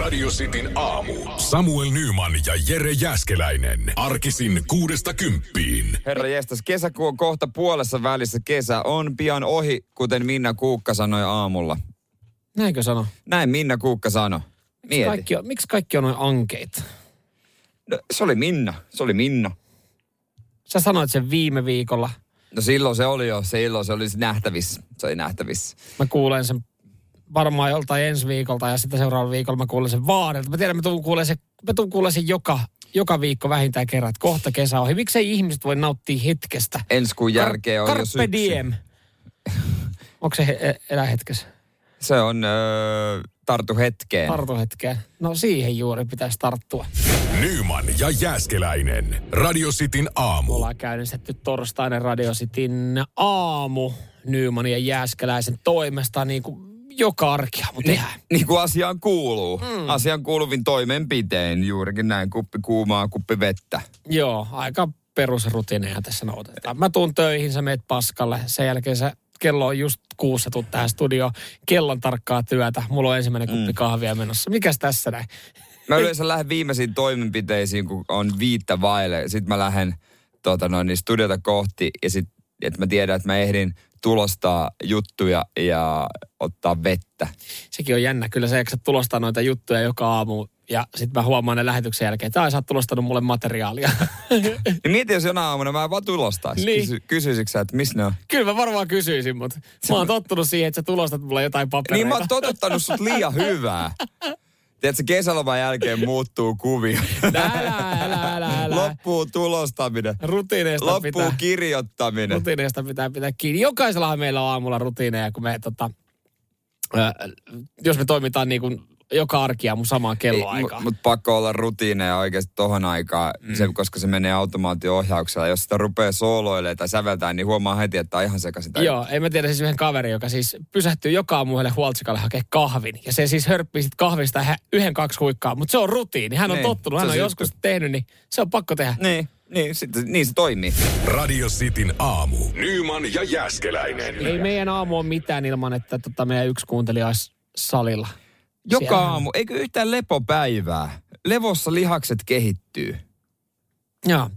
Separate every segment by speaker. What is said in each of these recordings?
Speaker 1: Radio Cityn aamu. Samuel Nyman ja Jere Jäskeläinen. Arkisin kuudesta kymppiin.
Speaker 2: Herra jestas, kesäkuu on kohta puolessa välissä. Kesä on pian ohi, kuten Minna Kuukka sanoi aamulla.
Speaker 3: Näinkö sano?
Speaker 2: Näin Minna Kuukka sanoi.
Speaker 3: Miksi
Speaker 2: Mieti.
Speaker 3: kaikki, on, miksi kaikki on noin ankeita?
Speaker 2: No, se oli Minna, se oli Minna.
Speaker 3: Sä sanoit sen viime viikolla.
Speaker 2: No silloin se oli jo, silloin se oli nähtävissä. Se oli nähtävissä.
Speaker 3: Mä kuulen sen varmaan joltain ensi viikolta ja sitten seuraavalla viikolla mä kuulen sen vaarelta. Mä tiedän, mä tuun kuulen sen, mä tuun kuulen sen joka, joka viikko vähintään kerran, että kohta kesä ohi. Miksei ihmiset voi nauttia hetkestä?
Speaker 2: Ensi kuun jälkeen on jo syksy.
Speaker 3: Carpe diem. Onko se he- e- elä hetkessä?
Speaker 2: Se on öö, tartu hetkeen.
Speaker 3: Tartu hetkeen. No siihen juuri pitäisi tarttua.
Speaker 1: Nyman ja Jäskeläinen. Radio Cityn aamu.
Speaker 3: Ollaan käynnistetty torstainen Radio Cityn aamu Nymanin ja Jääskeläisen toimesta niin kuin joka arkia, mutta tehdään.
Speaker 2: niin kuin asiaan kuuluu. Mm. Asiaan kuuluvin toimenpiteen juurikin näin. Kuppi kuumaa, kuppi vettä.
Speaker 3: Joo, aika perusrutiineja tässä noudatetaan. Mä tuun töihin, sä meet paskalle. Sen jälkeen sä kello on just kuussa, sä tuut tähän studioon. Kellon tarkkaa työtä. Mulla on ensimmäinen kuppi kahvia menossa. Mikäs tässä näin?
Speaker 2: Mä yleensä lähden viimeisiin toimenpiteisiin, kun on viittä vaille. Sitten mä lähden tota noin, niin studiota kohti ja sit, että mä tiedän, että mä ehdin tulostaa juttuja ja ottaa vettä.
Speaker 3: Sekin on jännä. Kyllä sä jaksat tulostaa noita juttuja joka aamu. Ja sitten mä huomaan ne lähetyksen jälkeen, että ai sä oot tulostanut mulle materiaalia.
Speaker 2: Niin mieti, jos jonain aamuna mä en vaan tulostaisin.
Speaker 3: Niin.
Speaker 2: Kysy, kysyisikö sä, että missä ne on?
Speaker 3: Kyllä mä varmaan kysyisin, mutta mä oon tottunut siihen, että sä tulostat mulle jotain papereita.
Speaker 2: Niin mä oon totuttanut sut liian hyvää. Tiedätkö, kesäloman jälkeen muuttuu kuvio.
Speaker 3: Älä, älä, älä, No, älä.
Speaker 2: Loppuu tulostaminen.
Speaker 3: Rutiineista
Speaker 2: Loppuu
Speaker 3: pitää.
Speaker 2: kirjoittaminen.
Speaker 3: Rutiineista pitää pitää kiinni. Jokaisellahan meillä on aamulla rutiineja, kun me tota, ö, jos me toimitaan niin kuin joka arki aamu samaan kelloaikaan.
Speaker 2: Mutta pakko olla rutiineja oikeasti tohon aikaan, mm. se, koska se menee automaatio-ohjauksella. Jos sitä rupeaa sooloilemaan tai säveltään, niin huomaa heti, että on ihan sekaisin. Tai-
Speaker 3: Joo, en mä tiedä siis yhden kaverin, joka siis pysähtyy joka aamu yhdelle huoltsikalle hakee kahvin. Ja se siis hörppii sit kahvista hä- yhden, kaksi huikkaa. Mutta se on rutiini. Hän on
Speaker 2: Niin,
Speaker 3: tottunut,
Speaker 2: se
Speaker 3: hän on
Speaker 2: se
Speaker 3: joskus
Speaker 2: juttu.
Speaker 3: tehnyt, niin se on pakko tehdä.
Speaker 2: Niin, niin, sit, niin se toimii.
Speaker 1: Radio Cityn aamu. Nyman ja Jäskeläinen.
Speaker 3: Ei meidän aamu on mitään ilman, että tota meidän yksi kuuntelija olisi salilla.
Speaker 2: Joka
Speaker 3: Siellä-
Speaker 2: aamu, eikö yhtään lepopäivää? Levossa lihakset kehittyy.
Speaker 3: Joo.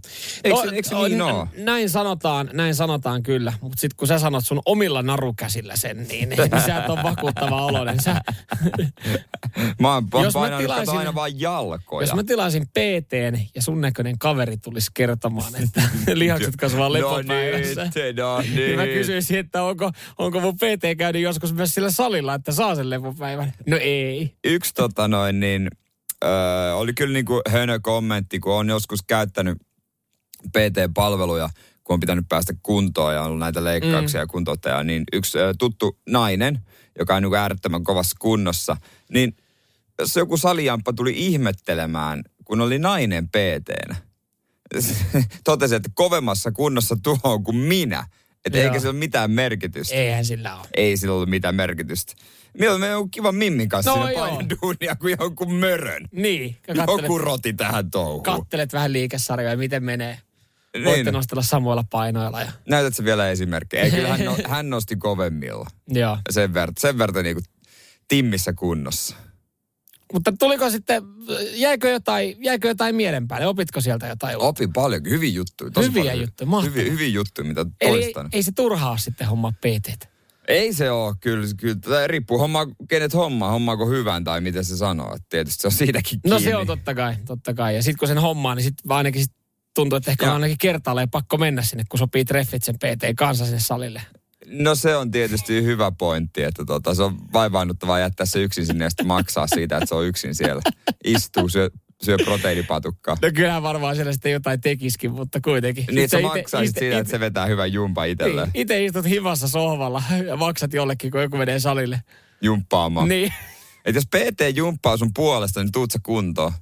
Speaker 2: Eikö se- eikö se niin
Speaker 3: n-
Speaker 2: oo?
Speaker 3: Näin sanotaan, näin sanotaan kyllä, mutta sitten kun sä sanot sun omilla narukäsillä sen, niin, niin sä et ole vakuuttava oloinen. Sä,
Speaker 2: Mä oon
Speaker 3: Jos
Speaker 2: jos
Speaker 3: mä
Speaker 2: painanut tilaisin...
Speaker 3: tilaisin-
Speaker 2: aina vaan jalkoja.
Speaker 3: jos mä tilaisin PTn ja sun näköinen kaveri tulisi kertomaan, että lihakset kasvaa lepopäivässä.
Speaker 2: No nyt, no
Speaker 3: Niin
Speaker 2: nyt.
Speaker 3: mä kysyisin, että onko, onko mun PT käynyt joskus myös sillä salilla, että saa sen lepopäivän. No ei.
Speaker 2: yksi tota noin, niin, öö, oli kyllä niin kuin hönö kommentti, kun on joskus käyttänyt PT-palveluja, kun on pitänyt päästä kuntoon ja on ollut näitä leikkauksia ja kuntouttajia, niin yksi öö, tuttu nainen, joka on niin kuin äärettömän kovassa kunnossa, niin se joku salijamppa tuli ihmettelemään, kun oli nainen PT-nä. Totesi, että kovemmassa kunnossa tuo on kuin minä. Että
Speaker 3: Joo.
Speaker 2: eikä sillä ole mitään merkitystä
Speaker 3: Eihän sillä ole.
Speaker 2: ei sillä ollut mitään merkitystä. Mieluummin me on kiva Mimmin kanssa
Speaker 3: No
Speaker 2: no,
Speaker 3: joo.
Speaker 2: painan duunia kuin jonkun mörön.
Speaker 3: Niin. Kattelet,
Speaker 2: Joku roti tähän touhuun.
Speaker 3: kattelet vähän liikesarjoja, miten menee. Voitte
Speaker 2: niin.
Speaker 3: nostella samoilla painoilla. Ja,
Speaker 2: Näytätkö vielä esimerkkejä? Ei, kyllä hän, no, hän nosti kovemmilla.
Speaker 3: joo.
Speaker 2: Sen verran, sen verran niinku timmissä kunnossa.
Speaker 3: Mutta tuliko sitten, jäikö jotain, jäikö jotain mielen päälle? Opitko sieltä jotain uutta?
Speaker 2: Opin paljon, hyviä juttuja. Tosi
Speaker 3: Hyviä
Speaker 2: paljon.
Speaker 3: juttuja, mahtavaa.
Speaker 2: Hyviä, hyviä juttuja, mitä
Speaker 3: Eli ei,
Speaker 2: toistan. Ei,
Speaker 3: ei se turhaa sitten homma PT.
Speaker 2: ei, se ole, kyllä. kyllä tämä riippuu homma, kenet homma, hommaako hyvän tai miten se sanoo. Et Tietysti se on siitäkin
Speaker 3: No
Speaker 2: kiinni.
Speaker 3: se on totta kai, totta kai. Ja sitten kun sen hommaa, niin sitten ainakin sit tuntuu, että ehkä
Speaker 2: Joo.
Speaker 3: on ainakin kertaalleen pakko mennä sinne, kun sopii treffit sen PT kanssa sinne salille.
Speaker 2: No se on tietysti hyvä pointti, että tota, se on vaivaannuttavaa jättää se yksin sinne ja sitten maksaa siitä, että se on yksin siellä. Istuu, syö, syö proteiinipatukkaa.
Speaker 3: No kyllähän varmaan siellä sitten jotain tekiskin, mutta kuitenkin.
Speaker 2: Niin,
Speaker 3: Sit
Speaker 2: että sä
Speaker 3: ite-
Speaker 2: maksaisit
Speaker 3: ite-
Speaker 2: siitä,
Speaker 3: ite-
Speaker 2: että se vetää hyvän jumpa itselleen
Speaker 3: niin, Itse istut hivassa sohvalla ja maksat jollekin, kun joku menee salille.
Speaker 2: jumppaamaan. Niin.
Speaker 3: Niin.
Speaker 2: Et jos PT jumppaa sun puolesta, niin tuut sä kuntoon.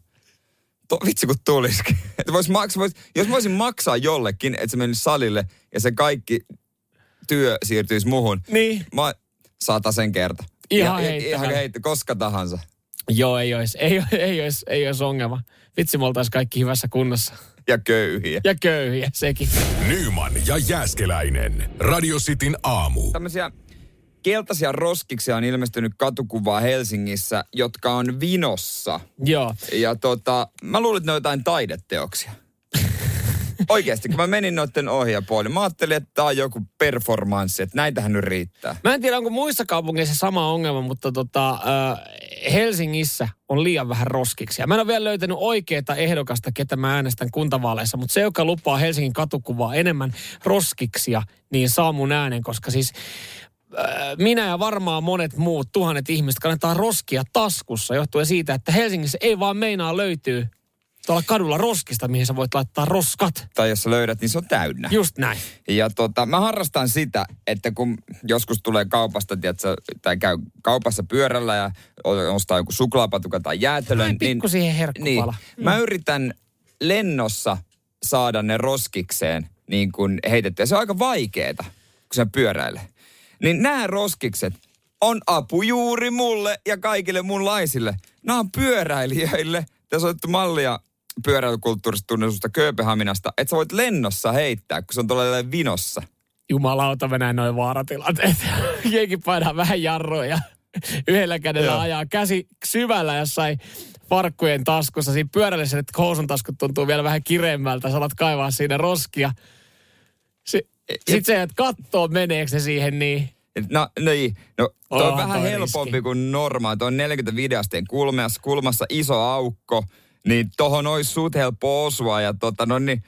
Speaker 2: To, vitsi kun tulisikin. Et vois maks, vois, jos mä voisin maksaa jollekin, että se menisi salille ja se kaikki työ siirtyisi muhun,
Speaker 3: Niin.
Speaker 2: mä sata sen kerta.
Speaker 3: Ihan
Speaker 2: ja,
Speaker 3: heittämällä.
Speaker 2: ihan heitto, koska tahansa.
Speaker 3: Joo, ei olisi, ei, ois- ei, ois, ei ois ongelma. Vitsi, me oltaisiin kaikki hyvässä kunnossa.
Speaker 2: Ja köyhiä.
Speaker 3: Ja köyhiä sekin.
Speaker 1: Nyman ja Jäskeläinen. Radio Cityn aamu.
Speaker 2: tämmöisiä Keltaisia roskiksia on ilmestynyt katukuvaa Helsingissä, jotka on vinossa.
Speaker 3: Joo.
Speaker 2: Ja tota, mä luulin, että ne on jotain taideteoksia. Oikeasti, kun mä menin noiden ohi ja puolin, mä ajattelin, että tää on joku performanssi, että näitähän nyt riittää.
Speaker 3: Mä en tiedä, onko muissa kaupungeissa sama ongelma, mutta tota, äh, Helsingissä on liian vähän roskiksia. Mä en ole vielä löytänyt oikeaa ehdokasta, ketä mä äänestän kuntavaaleissa, mutta se, joka lupaa Helsingin katukuvaa enemmän roskiksia, niin saa mun äänen, koska siis äh, minä ja varmaan monet muut tuhannet ihmiset kannattaa roskia taskussa johtuen siitä, että Helsingissä ei vaan meinaa löytyy tuolla kadulla roskista, mihin sä voit laittaa roskat.
Speaker 2: Tai jos sä löydät, niin se on täynnä.
Speaker 3: Just näin.
Speaker 2: Ja tota, mä harrastan sitä, että kun joskus tulee kaupasta, tiedätkö, tai käy kaupassa pyörällä ja o- ostaa joku suklaapatuka tai jäätelön.
Speaker 3: Ai, pikku siihen
Speaker 2: niin,
Speaker 3: herkkupala.
Speaker 2: mm. mä yritän lennossa saada ne roskikseen niin kuin heitettyä. Se on aika vaikeeta, kun sä pyöräilee. Niin nämä roskikset on apu juuri mulle ja kaikille munlaisille. Nämä on pyöräilijöille. Tässä on otettu mallia pyöräilykulttuurista tunnetusta Kööpenhaminasta, että sä voit lennossa heittää, kun se on tuolla vinossa.
Speaker 3: jumalauta Venäjän noin vaaratilanteet. Jengi painaa vähän jarruja. Yhdellä kädellä
Speaker 2: Joo.
Speaker 3: ajaa käsi syvällä jossain farkkujen taskussa. Siinä pyörällessä, että housun taskut tuntuu vielä vähän kireemmältä. Saat kaivaa siinä roskia. Si-
Speaker 2: E-
Speaker 3: Sitten sä jäät kattoo, meneekö se siihen niin.
Speaker 2: No, no, ei. no toi on
Speaker 3: Onhan
Speaker 2: vähän
Speaker 3: toi
Speaker 2: helpompi
Speaker 3: riski.
Speaker 2: kuin normaali. Toi on 45 asteen kulmassa, kulmassa iso aukko, niin tohon olisi suht helppo osua. Ja tota, no niin,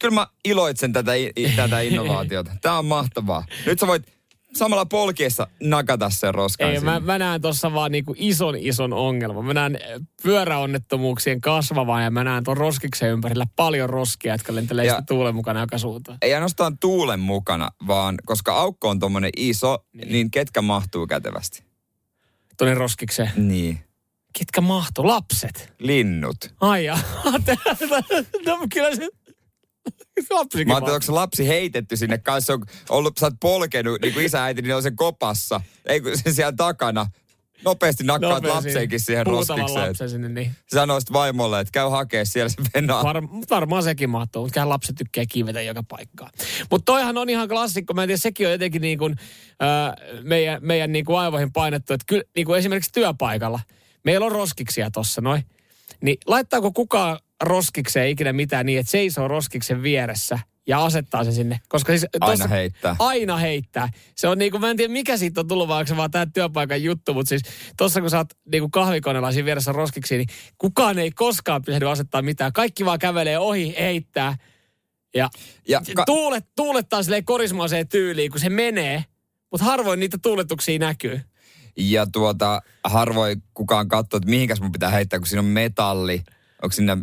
Speaker 2: kyllä mä iloitsen tätä, i- i- tätä innovaatiota. Tää on mahtavaa. Nyt sä voit samalla polkiessa nakata sen roskan
Speaker 3: Ei,
Speaker 2: sinne.
Speaker 3: mä, mä näen tuossa vaan niinku ison ison ongelman. Mä näen eh, pyöräonnettomuuksien kasvavaa ja mä näen tuon roskiksen ympärillä paljon roskia, jotka lentelee
Speaker 2: Ja-
Speaker 3: ja. tuulen mukana joka suuntaan.
Speaker 2: Ei ainoastaan tuulen mukana, vaan koska aukko on tommonen iso, niin, niin ketkä mahtuu kätevästi?
Speaker 3: Tuonne roskikseen.
Speaker 2: Niin,
Speaker 3: Ketkä mahto? Lapset.
Speaker 2: linnut.
Speaker 3: Ai jaa. no kyllä se... Lapsikin
Speaker 2: Mä
Speaker 3: mä
Speaker 2: ajattelin, onko se lapsi heitetty sinne kanssa, on ollut, sä oot polkenut, niin kuin isä äiti, niin on se kopassa, ei kun se siellä takana. Nopeasti nakkaat
Speaker 3: Nopeasti
Speaker 2: lapseenkin siihen
Speaker 3: puutavan
Speaker 2: roskikseen.
Speaker 3: lapsen sinne, niin
Speaker 2: Sanoisit vaimolle, että käy hakee siellä se venaa.
Speaker 3: var, varmaan sekin mahtuu, mutta kyllähän lapset tykkää kiivetä joka paikkaan. Mutta toihan on ihan klassikko, mä en tiedä, sekin on jotenkin niin kuin, äh, meidän, meidän niin kuin aivoihin painettu, että kyllä niin kuin esimerkiksi työpaikalla, meillä on roskiksia tossa noin, niin laittaako kukaan roskikseen ikinä mitään niin, että seisoo roskiksen vieressä ja asettaa se sinne, koska siis
Speaker 2: Aina
Speaker 3: tossa-
Speaker 2: heittää.
Speaker 3: aina heittää. Se on niinku, mä en tiedä mikä siitä on tullut, vaan onko se vaan tää työpaikan juttu, mutta siis tossa kun sä oot niinku kahvikoneella siinä vieressä roskiksi, niin kukaan ei koskaan pysähdy asettaa mitään. Kaikki vaan kävelee ohi, heittää ja,
Speaker 2: Ja
Speaker 3: se
Speaker 2: ka-
Speaker 3: tuulet, tuulettaa silleen korismaiseen tyyliin, kun se menee. Mutta harvoin niitä tuuletuksia näkyy.
Speaker 2: Ja tuota, harvoin kukaan katsoo, että mihinkäs mun pitää heittää, kun siinä on metalli. Onko siinä,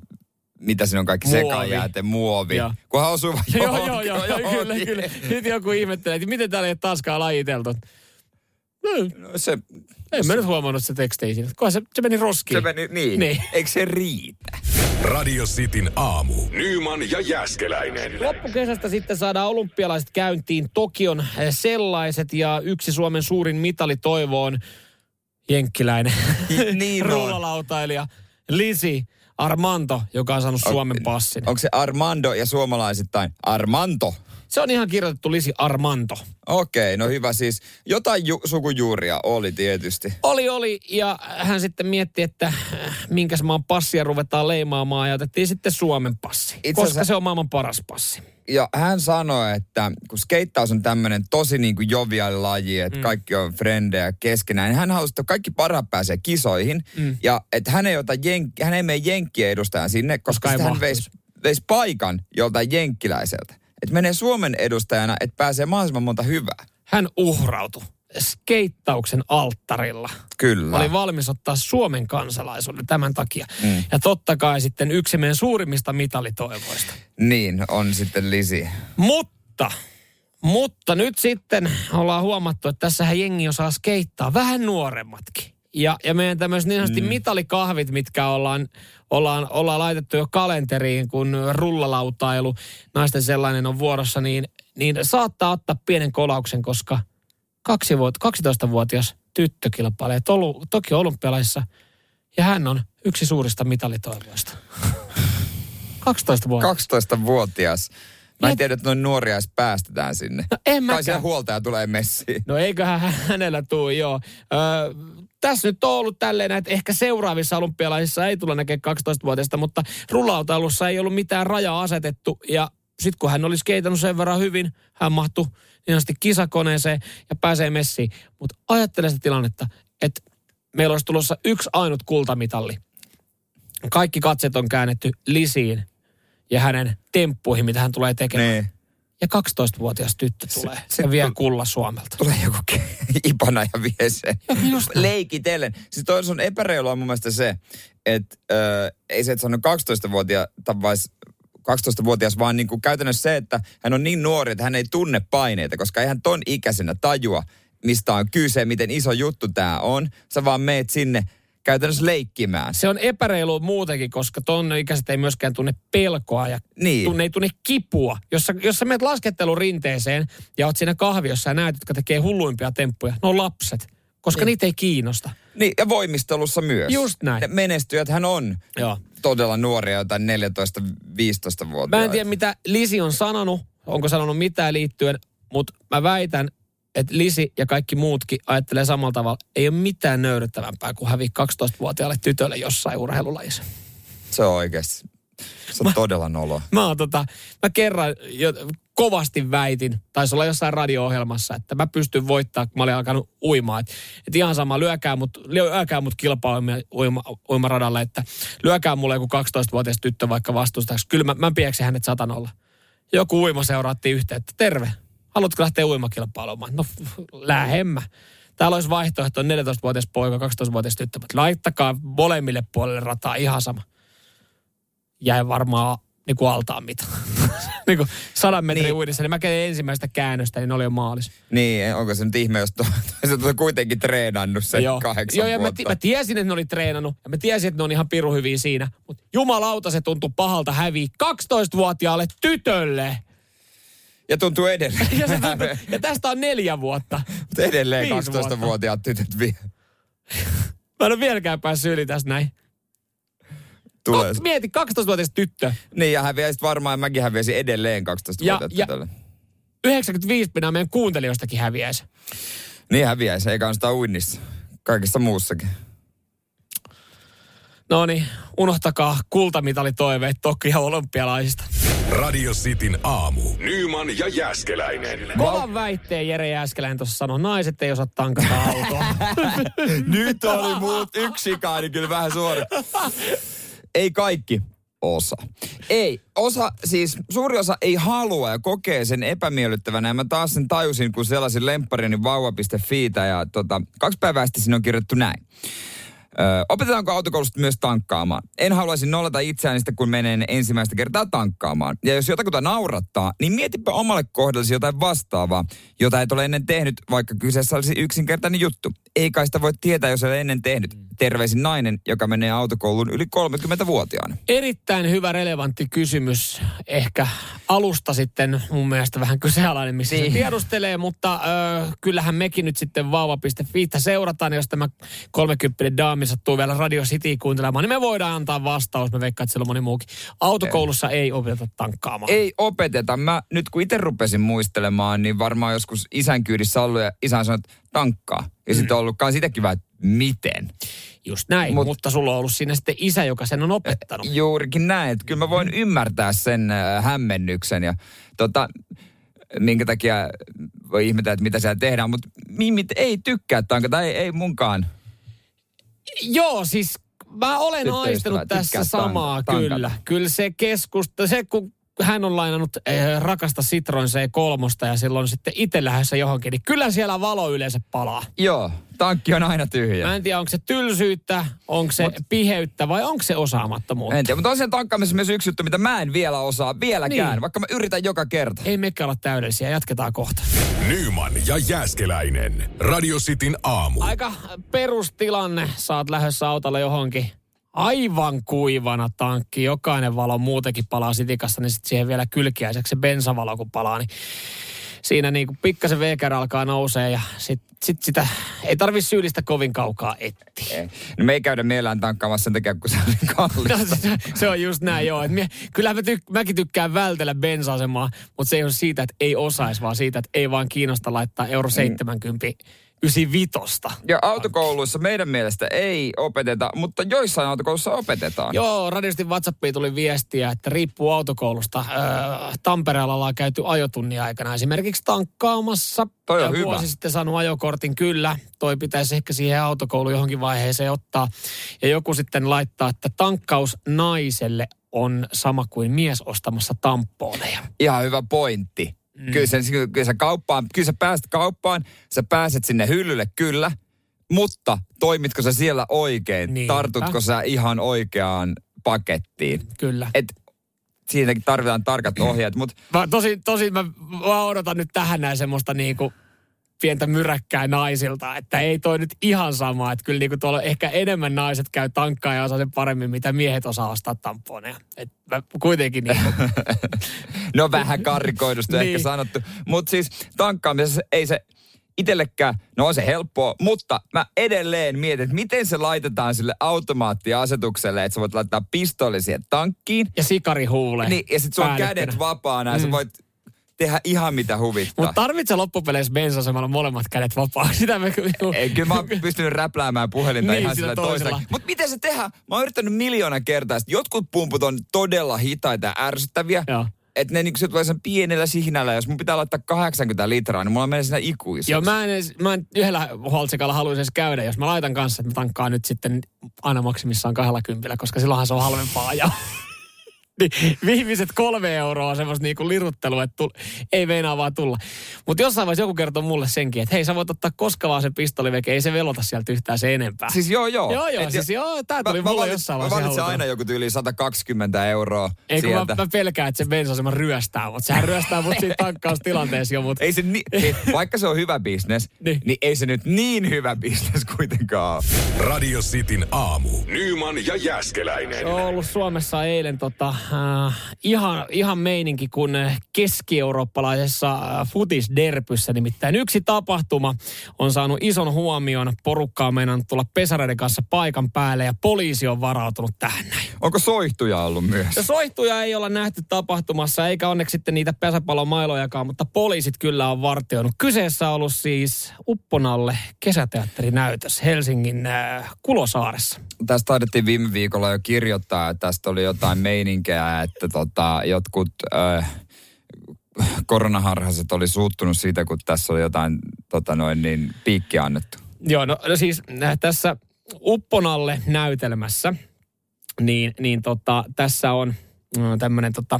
Speaker 2: mitä siinä on kaikki
Speaker 3: Muovi.
Speaker 2: sekajääte, muovi.
Speaker 3: Joo.
Speaker 2: Kunhan osuu vaan
Speaker 3: joo, joo,
Speaker 2: johonkin,
Speaker 3: joo, joo,
Speaker 2: johonkin.
Speaker 3: kyllä, kyllä. Nyt joku ihmettelee, että miten täällä ei ole taaskaan lajiteltu. No,
Speaker 2: No se,
Speaker 3: en mä nyt huomannut se tekstejä siinä. Kunhan se, se meni roskiin.
Speaker 2: se meni niin.
Speaker 3: Niin.
Speaker 2: Eikö se riitä?
Speaker 1: Radio Cityn aamu. Nyman ja Jäskeläinen.
Speaker 3: Loppukesästä sitten saadaan olympialaiset käyntiin Tokion eh, sellaiset ja yksi Suomen suurin mitalitoivo on jenkkiläinen
Speaker 2: niin on.
Speaker 3: rullalautailija Lisi Armanto, joka on saanut Suomen passin.
Speaker 2: Onko se Armando ja suomalaisittain Armanto?
Speaker 3: Se on ihan kirjoitettu Lisi Armanto.
Speaker 2: Okei, no hyvä siis. Jotain ju- sukujuuria oli tietysti.
Speaker 3: Oli, oli, ja hän sitten mietti, että äh, minkäs maan passia ruvetaan leimaamaan, ja otettiin sitten Suomen passi,
Speaker 2: Itse
Speaker 3: koska
Speaker 2: asiassa-
Speaker 3: se on maailman paras passi.
Speaker 2: Ja hän sanoi, että kun skeittaus on tämmöinen tosi niin kuin jovial laji, että mm. kaikki on frendejä keskenään, niin hän halusi, että kaikki parhaat pääsee kisoihin. Mm. Ja että hän ei, ota jenk- hän ei mene jenkkien edustajan sinne, koska
Speaker 3: ei
Speaker 2: sit hän
Speaker 3: mahtuisi.
Speaker 2: veisi veis paikan joltain jenkkiläiseltä. Että menee Suomen edustajana, että pääsee mahdollisimman monta hyvää.
Speaker 3: Hän uhrautui skeittauksen alttarilla.
Speaker 2: Kyllä.
Speaker 3: oli valmis ottaa Suomen kansalaisuuden tämän takia. Mm. Ja totta kai sitten yksi meidän suurimmista mitalitoivoista.
Speaker 2: Niin, on sitten Lisi.
Speaker 3: Mutta, mutta nyt sitten ollaan huomattu, että tässähän jengi osaa skeittaa vähän nuoremmatkin. Ja, ja meidän tämmöiset niin sanotusti mm. mitalikahvit, mitkä ollaan, ollaan, ollaan laitettu jo kalenteriin, kun rullalautailu, naisten sellainen on vuorossa, niin, niin saattaa ottaa pienen kolauksen, koska kaksi vuot, 12-vuotias tyttö kilpailee tolu, toki olympialaisissa ja hän on yksi suurista mitalitoivoista. 12-vuotias.
Speaker 2: 12-vuotias Mä en
Speaker 3: Et-
Speaker 2: tiedä, että noin nuoria edes päästetään sinne.
Speaker 3: No en
Speaker 2: Kai siellä
Speaker 3: mäkään.
Speaker 2: huoltaja tulee messiin.
Speaker 3: No eiköhän hä- hänellä tuu, joo. Öö, tässä nyt on ollut tälleen, että ehkä seuraavissa olympialaisissa ei tulla näkemään 12-vuotiaista, mutta rullautailussa ei ollut mitään rajaa asetettu. Ja sitten kun hän oli skeitannut sen verran hyvin, hän mahtui niin asti kisakoneeseen ja pääsee messiin. Mutta ajattele sitä tilannetta, että meillä olisi tulossa yksi ainut kultamitalli. Kaikki katset on käännetty lisiin ja hänen temppuihin, mitä hän tulee tekemään.
Speaker 2: Niin.
Speaker 3: Ja 12-vuotias tyttö tulee
Speaker 2: se-
Speaker 3: se, ja vie kulla Suomelta.
Speaker 2: Tulee joku ke- ipana ja vie sen. Leikitellen. Siis toi on epäreilua mun mielestä se, että ö, ei se, että se on 12-vuotias, vai 12-vuotias, vaan niin kuin käytännössä se, että hän on niin nuori, että hän ei tunne paineita, koska eihän ton ikäisenä tajua, mistä on kyse, miten iso juttu tämä on. Sä vaan meet sinne käytännössä leikkimään.
Speaker 3: se on epäreilu muutenkin, koska tonne ikäiset ei myöskään tunne pelkoa ja
Speaker 2: Niin.
Speaker 3: tunne, ei tunne kipua. Jos sä, jos sä menet laskettelurinteeseen ja oot siinä kahviossa ja näet, jotka tekee hulluimpia temppuja, ne on lapset, koska niitä ei kiinnosta.
Speaker 2: Niin, ja voimistelussa myös.
Speaker 3: Just näin.
Speaker 2: Ne menestyjät hän on
Speaker 3: Joo.
Speaker 2: todella nuoria, jotain 14-15 vuotta.
Speaker 3: Mä en tiedä, mitä Lisi on sanonut, onko sanonut mitään liittyen, mutta mä väitän, että Lisi ja kaikki muutkin ajattelee samalla tavalla. Ei ole mitään nöyryttävämpää kuin häviä 12-vuotiaalle tytölle jossain urheilulajissa.
Speaker 2: Se on oikeasti. Se on todella nolo.
Speaker 3: mä, oon tota, mä kerran jo, kovasti väitin, taisi olla jossain radio-ohjelmassa, että mä pystyn voittamaan, kun mä olin alkanut uimaan. Että et ihan sama, lyökää mut, lyökää mut kilpaa uima, uima, uimaradalle, että lyökää mulle joku 12-vuotias tyttö vaikka vastustajaksi. Kyllä mä, mä pieksin hänet satanolla. Joku uima seuratti yhteyttä. Terve, haluatko lähteä uimakilpailumaan? No f- lähemmä. Täällä olisi vaihtoehto 14-vuotias poika, 12-vuotias tyttö. Mutta Laittakaa molemmille puolelle rataa ihan sama jäi varmaan niin kuin altaan mitä. niin kuin sadan metrin
Speaker 2: Niin.
Speaker 3: niin. uidessa, niin mä kävin ensimmäistä käännöstä, niin ne oli jo maalis.
Speaker 2: Niin, onko se nyt ihme, jos to, sä oot kuitenkin treenannut sen Joo. kahdeksan
Speaker 3: Joo, ja
Speaker 2: Joo,
Speaker 3: mä,
Speaker 2: vuotta.
Speaker 3: ti- mä, tiesin, että ne oli treenannut, ja mä tiesin, että ne on ihan piru hyviä siinä. Mutta jumalauta, se tuntui pahalta häviä 12-vuotiaalle tytölle.
Speaker 2: Ja tuntuu edelleen.
Speaker 3: Ja, se tuntui, ja tästä on neljä vuotta.
Speaker 2: Mutta edelleen
Speaker 3: Viisi vuotta.
Speaker 2: 12-vuotiaat tytöt vie.
Speaker 3: Mä en ole vieläkään päässyt yli tästä näin.
Speaker 2: Tulee.
Speaker 3: Kok- mieti, 12-vuotias tyttö.
Speaker 2: Niin, ja häviäisit varmaan, ja mäkin häviäisin edelleen 12-vuotiaat
Speaker 3: Ja- ja-
Speaker 2: tytölle.
Speaker 3: 95 pinnaa meidän kuuntelijoistakin häviäisi.
Speaker 2: Niin häviäisi, eikä sitä uinnissa. Kaikessa muussakin.
Speaker 3: No niin, unohtakaa kultamitalitoiveet toki ja olympialaisista.
Speaker 1: Radio Cityn aamu. Nyman ja Jäskeläinen.
Speaker 3: Kovan väitteen Jere Jääskeläinen tuossa sanoi, naiset ei osaa tankata autoa.
Speaker 2: Nyt oli muut yksikaan, niin kyllä vähän suora. Ei kaikki osa. Ei, osa, siis suuri osa ei halua ja kokee sen epämiellyttävänä. Ja mä taas sen tajusin, kun sellaisin lempparini vauva.fiitä ja tota, kaksi päivää sitten sinne on kirjoittu näin. Ö, opetetaanko autokoulusta myös tankkaamaan? En haluaisi nollata itseäni sitten, kun menen ensimmäistä kertaa tankkaamaan. Ja jos jotakuta naurattaa, niin mietipä omalle kohdallesi jotain vastaavaa, jota et ole ennen tehnyt, vaikka kyseessä olisi yksinkertainen juttu. Ei kai sitä voi tietää, jos ei ole ennen tehnyt. Terveisin nainen, joka menee autokouluun yli 30-vuotiaana.
Speaker 3: Erittäin hyvä relevantti kysymys. Ehkä alusta sitten mun mielestä vähän kyseenalainen, missä niin. se tiedustelee, mutta ö, kyllähän mekin nyt sitten vauva.fi seurataan. Jos tämä 30 daami sattuu vielä Radio City kuuntelemaan, niin me voidaan antaa vastaus. Me veikkaan, että siellä on moni muukin. Autokoulussa ei opeteta tankkaamaan.
Speaker 2: Ei opeteta. Mä nyt kun itse rupesin muistelemaan, niin varmaan joskus isän kyydissä ollut ja isän sanoi, että tankkaa. Ja sitten on ollutkaan sitäkin vähän, että miten.
Speaker 3: Just näin,
Speaker 2: Mut-
Speaker 3: Mut, mutta sulla on ollut siinä sitten isä, joka sen on opettanut.
Speaker 2: Juurikin näin, että kyllä mä voin ymmärtää sen äh, hämmennyksen ja tota, minkä takia voi ihmetellä, että mitä siellä tehdään, mutta mimmit ei tykkää tankata, ei, ei munkaan.
Speaker 3: Joo, siis mä olen
Speaker 2: Tyttöystävä,
Speaker 3: aistanut
Speaker 2: tykkää
Speaker 3: tässä
Speaker 2: tank-
Speaker 3: samaa
Speaker 2: tankata.
Speaker 3: kyllä. Kyllä se keskusta, se kun hän on lainannut eh, rakasta Citroen C3 ja silloin sitten itse lähdössä johonkin, niin kyllä siellä valo yleensä palaa.
Speaker 2: Joo, tankki on aina tyhjä.
Speaker 3: Mä en tiedä, onko se tylsyyttä, onko se Mut, piheyttä vai onko se osaamattomuutta.
Speaker 2: En tiedä, mutta on sen tankkaamisessa myös yksi juttu, mitä mä en vielä osaa vieläkään, niin.
Speaker 3: Niin.
Speaker 2: vaikka mä yritän joka kerta.
Speaker 3: Ei mekään olla täydellisiä, jatketaan kohta.
Speaker 1: Nyman ja Jäskeläinen. Radio Cityn aamu.
Speaker 3: Aika perustilanne, saat lähdössä autolla johonkin aivan kuivana tankki. Jokainen valo muutenkin palaa sitikassa, niin sitten siihen vielä kylkiäiseksi se bensavalo kun palaa, niin siinä niin kuin pikkasen v alkaa nousee ja sitten sit sitä ei tarvi syyllistä kovin kaukaa etsiä.
Speaker 2: Ei. No me ei käydä mielellään tankkaamassa sen takia, kun se oli
Speaker 3: No,
Speaker 2: kallista.
Speaker 3: se, se on just näin, joo. Et mie, kyllä mä tyk, mäkin tykkään vältellä bensa-asemaa, mutta se ei ole siitä, että ei osaisi, vaan siitä, että ei vaan kiinnosta laittaa euro 70 95.
Speaker 2: Ja autokouluissa meidän mielestä ei opeteta, mutta joissain autokouluissa opetetaan.
Speaker 3: Joo, radiosti WhatsAppiin tuli viestiä, että riippuu autokoulusta. Öö, Tampereella ollaan käyty ajotunnin aikana esimerkiksi tankkaamassa.
Speaker 2: Toi on
Speaker 3: Ja
Speaker 2: hyvä.
Speaker 3: Vuosi sitten saanut ajokortin, kyllä. Toi pitäisi ehkä siihen autokouluun johonkin vaiheeseen ottaa. Ja joku sitten laittaa, että tankkaus naiselle on sama kuin mies ostamassa tamponeja.
Speaker 2: Ihan hyvä pointti. Mm. Kyllä, sen, kyllä, sä kauppaan, kyllä sä pääset kauppaan, sä pääset sinne hyllylle, kyllä. Mutta toimitko sä siellä oikein?
Speaker 3: Niinpä.
Speaker 2: Tartutko sä ihan oikeaan pakettiin?
Speaker 3: Kyllä.
Speaker 2: Et, siitäkin tarvitaan tarkat ohjeet, mutta
Speaker 3: Mä, tosi, tosi mä vaan odotan nyt tähän näin semmoista niinku pientä myräkkää naisilta, että ei toi nyt ihan sama, että kyllä niinku tuolla ehkä enemmän naiset käy tankkaa ja osaa sen paremmin, mitä miehet osaa ostaa tamponeja. Et mä kuitenkin niinku,
Speaker 2: No vähän karrikoidusta niin. ehkä
Speaker 3: Niin.
Speaker 2: sanottu. Mutta siis tankkaamisessa ei se itsellekään, no on se helppoa, mutta mä edelleen mietin, että miten se laitetaan sille automaattiasetukselle, että sä voit laittaa pistooli siihen tankkiin,
Speaker 3: ja sikari huulee.
Speaker 2: niin, ja sit sulla on kädet vapaana
Speaker 3: Mm.
Speaker 2: ja sä voit tehdä ihan mitä huvittaa.
Speaker 3: Mutta
Speaker 2: Mutta...
Speaker 3: tarvitse loppupeleissä bensasemalla molemmat kädet vapaa. Sitä me kyllä... niinku-
Speaker 2: Ei, kyllä mä oon pystynyt räpläämään puhelinta
Speaker 3: Niin,
Speaker 2: ihan
Speaker 3: sillä
Speaker 2: sillä
Speaker 3: toisella.
Speaker 2: toisella. Mutta miten se tehdään? Mä oon yrittänyt miljoona kertaa, että jotkut pumput on todella hitaita ja ärsyttäviä.
Speaker 3: Joo.
Speaker 2: Että ne niinku, se tulee sen pienellä sihinällä. Jos mun pitää laittaa 80 litraa, niin mulla menee siinä ikuisuus.
Speaker 3: Joo, mä en, edes, mä en yhdellä holtsikalla haluaisi edes käydä, jos mä laitan kanssa, että mä tankkaan nyt sitten aina maksimissaan kahdella kympillä, koska silloinhan se on halvempaa ajaa. niin, viimeiset kolme euroa on semmoista niinku liruttelua, että tul, ei meinaa vaan tulla. Mutta jossain vaiheessa joku kertoo mulle senkin, että hei sä voit ottaa koska vaan sen pistoliveke, ei se velota sieltä yhtään se enempää.
Speaker 2: Siis joo, joo.
Speaker 3: joo, joo, siis joo, tää tuli mulle
Speaker 2: valit-
Speaker 3: jossain
Speaker 2: Mä
Speaker 3: vaiheessa.
Speaker 2: valitsen
Speaker 3: ihan
Speaker 2: aina joku tyyli 120 euroa
Speaker 3: ei, kun mä,
Speaker 2: sieltä.
Speaker 3: mä, pelkään, että se bensasema ryöstää, mutta sehän ryöstää mut siinä tankkaustilanteessa jo, mutta
Speaker 2: Ei se ni- ei, vaikka se on hyvä bisnes,
Speaker 3: Niin.
Speaker 2: niin. niin ei se nyt niin hyvä bisnes kuitenkaan ole.
Speaker 1: Radio Cityn aamu. Nyman ja Jääskeläinen.
Speaker 3: Se on ollut Suomessa eilen tota, äh, ihan, ihan meininki kuin äh, keski-eurooppalaisessa äh, futisderpyssä. Nimittäin yksi tapahtuma on saanut ison huomion. Porukkaa meidän tulla pesareiden kanssa paikan päälle ja poliisi on varautunut tähän näin.
Speaker 2: Onko soihtuja ollut myös?
Speaker 3: Ja soihtuja ei olla nähty tapahtumassa, eikä onneksi sitten niitä pesäpallon mailojakaan, mutta poliisit kyllä on vartioinut. Kyseessä on ollut siis Upponalle kesäteatterinäytös Helsingin äh, Kulosaaressa.
Speaker 2: Tästä taidettiin viime viikolla jo kirjoittaa, että tästä oli jotain meininkeä, että tota, jotkut äh, koronaharhaset oli suuttunut siitä, kun tässä oli jotain tota noin, niin, piikkiä annettu.
Speaker 3: Joo, no, no siis äh, tässä Upponalle näytelmässä, niin, niin tota, tässä on tämmöinen tota,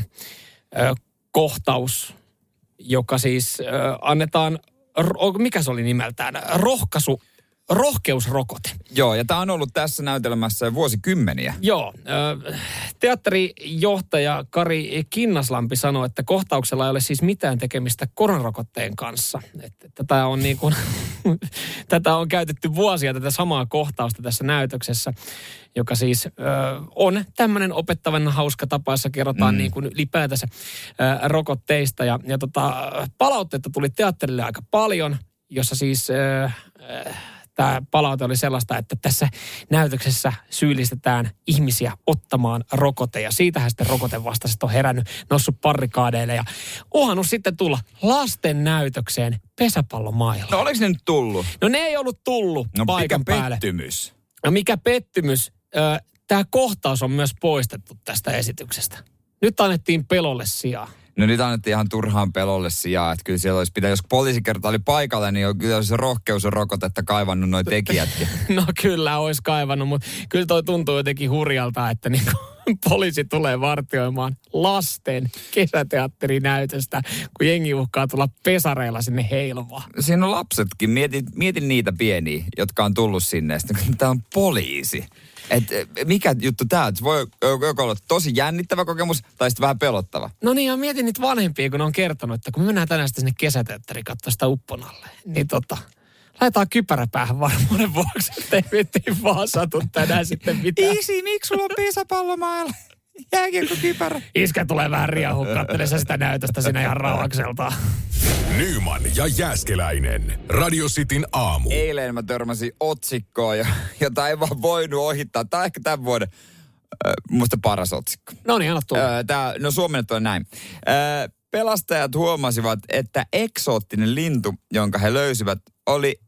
Speaker 3: ö, kohtaus, joka siis ö, annetaan, ro- mikä se oli nimeltään, rohkaisu, rohkeusrokote.
Speaker 2: Joo, ja tämä on ollut tässä näytelmässä vuosikymmeniä.
Speaker 3: Joo, ö, teatterijohtaja Kari Kinnaslampi sanoi, että kohtauksella ei ole siis mitään tekemistä koronarokotteen kanssa. Että tätä, on niin kuin, tätä on käytetty vuosia, tätä samaa kohtausta tässä näytöksessä, joka siis ö, on tämmöinen opettavan hauska tapa, jossa kerrotaan mm. niin kuin ylipäätänsä ö, rokotteista. Ja, ja tota, palautteita tuli teatterille aika paljon, jossa siis... Ö, ö, tämä palaute oli sellaista, että tässä näytöksessä syyllistetään ihmisiä ottamaan rokote. Ja siitähän sitten rokotevastaiset on herännyt, noussut parrikaadeille ja uhannut sitten tulla lasten näytökseen pesäpallomailla.
Speaker 2: No oliko ne nyt tullut?
Speaker 3: No ne ei ollut tullut
Speaker 2: No
Speaker 3: paikan
Speaker 2: mikä
Speaker 3: päälle.
Speaker 2: pettymys.
Speaker 3: No mikä pettymys. Tämä kohtaus on myös poistettu tästä esityksestä. Nyt annettiin pelolle sijaa.
Speaker 2: No nyt annettiin ihan turhaan pelolle sijaa, että kyllä siellä olisi pitänyt, jos poliisi kerta oli paikalla, niin on- kyllä olisi rohkeusrokotetta kaivannut noi tekijätkin.
Speaker 3: No kyllä, olisi kaivannut, mutta kyllä toi tuntuu jotenkin hurjalta, että niinku poliisi tulee vartioimaan lasten kesäteatterinäytöstä, kun jengi uhkaa tulla pesareilla sinne heilumaan.
Speaker 2: Siinä on lapsetkin, mietin, mietin niitä pieniä, jotka on tullut sinne, sitten tämä on poliisi. Et eh, mikä juttu tämä, voi joko olla tosi jännittävä kokemus tai sitten vähän pelottava.
Speaker 3: No niin, ja mietin niitä vanhempia, kun ne on kertonut, että kun me mennään tänään sitten sinne kesäteatteriin katsoa sitä upponalle, niin tota, laitetaan kypärä päähän varmuuden vuoksi, ettei mitään vaan satu tänään sitten mitään.
Speaker 2: Isi, miksi sulla on pesäpallomailla? Jääkiekko kypärä.
Speaker 3: Iskä tulee vähän riehua, kattelee sitä näytöstä sinä ihan rauhakseltaan.
Speaker 1: Nyman ja Jääskeläinen. Radio Cityn aamu.
Speaker 2: Eilen mä törmäsin otsikkoon, jo- jota ei vaan voinut ohittaa. Tämä on ehkä tämän vuoden äh, musta paras otsikko.
Speaker 3: No niin, anna tulla.
Speaker 2: Öö, tää, no suomennettuna näin. Öö, pelastajat huomasivat, että eksoottinen lintu, jonka he löysivät, oli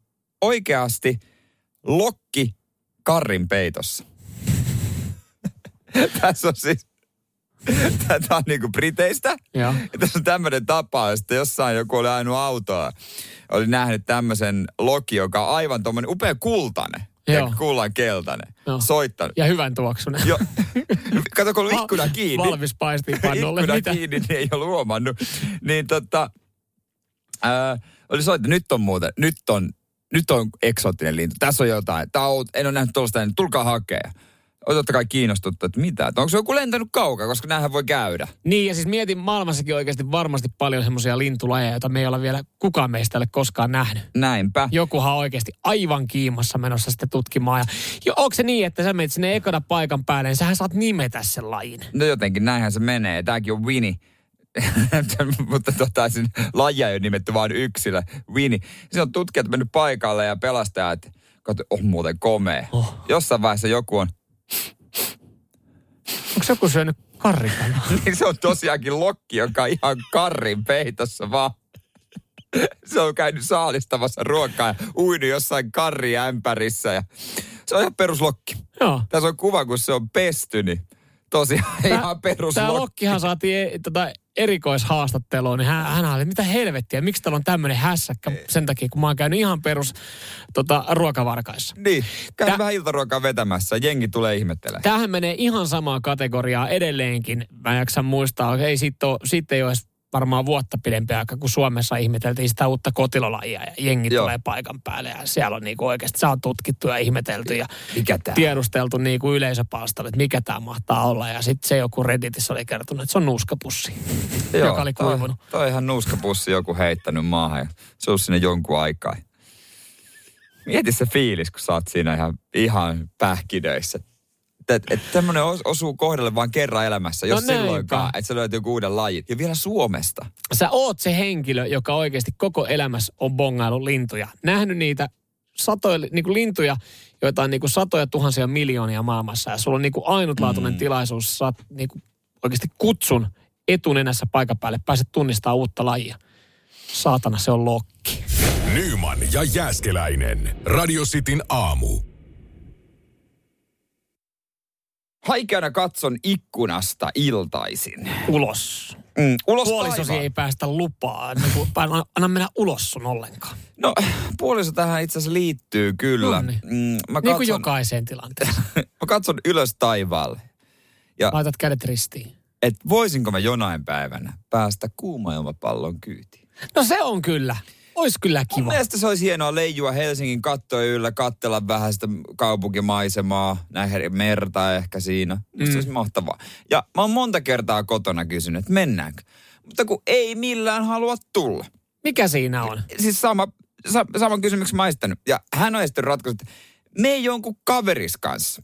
Speaker 2: oikeasti lokki karrin peitossa. Tässä on siis... Tämä on niinku Briteistä.
Speaker 3: Joo.
Speaker 2: Ja tässä on tämmöinen tapa, että jossain joku oli ajanut autoa, oli nähnyt tämmöisen loki, joka on aivan tuommoinen upea kultainen.
Speaker 3: Joo.
Speaker 2: Ja kullan keltainen.
Speaker 3: Joo.
Speaker 2: Soittanut.
Speaker 3: Ja hyvän tuoksunen.
Speaker 2: Jo, kato, kun oli ikkuna
Speaker 3: Val-
Speaker 2: kiinni. niin
Speaker 3: Valmis paistiin pannolle.
Speaker 2: Ikkuna
Speaker 3: Mitä?
Speaker 2: kiinni, niin ei ole huomannut. Niin tota, ää, oli soittanut, nyt on muuten, nyt on, nyt on eksoottinen lintu. Tässä on jotain. Tää on, en ole nähnyt tuollaista, niin tulkaa hakea. Olet totta kai kiinnostuttu, että mitä. Että onko se joku lentänyt kaukaa, koska näähän voi käydä.
Speaker 3: Niin, ja siis mietin maailmassakin oikeasti varmasti paljon semmoisia lintulajeja, joita me ei ole vielä kukaan meistä ei ole koskaan nähnyt.
Speaker 2: Näinpä.
Speaker 3: Jokuhan on oikeasti aivan kiimassa menossa sitten tutkimaan. Ja, jo, onko se niin, että sä menet sinne ekana paikan päälle, niin sähän saat nimetä sen lajin.
Speaker 2: No jotenkin näinhän se menee. Tämäkin on Winnie. mutta tota, sen lajia ei ole nimetty vaan yksilö, Winnie. Siinä on tutkijat mennyt paikalle ja pelastajat, kato, on muuten komea.
Speaker 3: Oh.
Speaker 2: Jossain vaiheessa joku on,
Speaker 3: Onko joku syönyt karrikanaa?
Speaker 2: niin se on tosiaankin lokki, joka on ihan karrin peitossa vaan. Se on käynyt saalistamassa ruokaa ja uinut jossain karriämpärissä. Ja se on ihan peruslokki.
Speaker 3: Joo.
Speaker 2: Tässä on kuva, kun se on pesty, niin tosiaan ihan
Speaker 3: Tämä
Speaker 2: peruslokki.
Speaker 3: Lokkihan saatiin e, tota, erikoishaastatteluun, niin hän, hän oli, mitä helvettiä, miksi täällä on tämmöinen hässäkkä sen takia, kun mä oon käynyt ihan perus tota, ruokavarkaissa.
Speaker 2: Niin, käy
Speaker 3: Tä-
Speaker 2: vähän iltaruokaa vetämässä, jengi tulee ihmettelemään.
Speaker 3: Tämähän menee ihan samaa kategoriaa edelleenkin. Mä en jaksa muistaa, ei siitä, ole, siitä ei ole edes varmaan vuotta pidempi aika, kun Suomessa ihmeteltiin sitä uutta kotilolajia ja jengi
Speaker 2: Joo.
Speaker 3: tulee paikan päälle ja siellä on niinku oikeasti, se on tutkittu ja ihmetelty ja
Speaker 2: Mikä tää?
Speaker 3: tiedusteltu niinku yleisöpalstalle, että mikä tämä mahtaa olla ja sitten se joku Redditissä oli kertonut, että se on nuuskapussi, Joo, joka oli kuivunut.
Speaker 2: Toi, toi ihan nuuskapussi joku heittänyt maahan ja se on sinne jonkun aikaa. Mieti se fiilis, kun sä oot siinä ihan, ihan pähkinöissä. Että et, tämmönen os, osuu kohdalle vaan kerran elämässä, jos
Speaker 3: No
Speaker 2: no
Speaker 3: näinpä.
Speaker 2: silloinkaan, että se löytyy joku uuden lajin. Ja vielä Suomesta.
Speaker 3: sä oot se henkilö, joka oikeasti koko elämässä on bongailu lintuja. Nähnyt niitä satoja, niin kuin lintuja, joita on niin kuin satoja tuhansia miljoonia maailmassa. Ja sulla on niin kuin ainutlaatuinen mm. tilaisuus, saat niin kuin oikeasti kutsun etunenässä paikan päälle, pääset tunnistamaan uutta lajia. Saatana, se on lokki.
Speaker 1: Nyman ja Jääskeläinen. Radio Cityn aamu.
Speaker 2: Haikeana katson ikkunasta iltaisin.
Speaker 3: Ulos.
Speaker 2: Mm, ulos
Speaker 3: Puolisosi
Speaker 2: taivaan.
Speaker 3: ei päästä lupaa. Niin kuin, anna, anna mennä ulos sun ollenkaan.
Speaker 2: No, puoliso tähän itse asiassa liittyy kyllä.
Speaker 3: Nonni.
Speaker 2: Mm, mä,
Speaker 3: No Niin kuin
Speaker 2: katson,
Speaker 3: jokaiseen tilanteeseen.
Speaker 2: mä katson ylös taivaalle.
Speaker 3: Laitat kädet ristiin.
Speaker 2: että voisinko mä jonain päivänä päästä kuumailmapallon kyytiin.
Speaker 3: No se on kyllä. Ois kyllä
Speaker 2: Mun
Speaker 3: kiva.
Speaker 2: mielestä se olisi hienoa leijua Helsingin kattojen yllä, kattella vähän sitä kaupunkimaisemaa, nähdä merta ehkä siinä. Mm. Se olisi mahtavaa. Ja mä oon monta kertaa kotona kysynyt, että mennäänkö. Mutta kun ei millään halua tulla.
Speaker 3: Mikä siinä on?
Speaker 2: Siis sama, sa, saman kysymyksen maistanut. Ja hän on sitten ratkaisut, että me jonkun kaveris kanssa.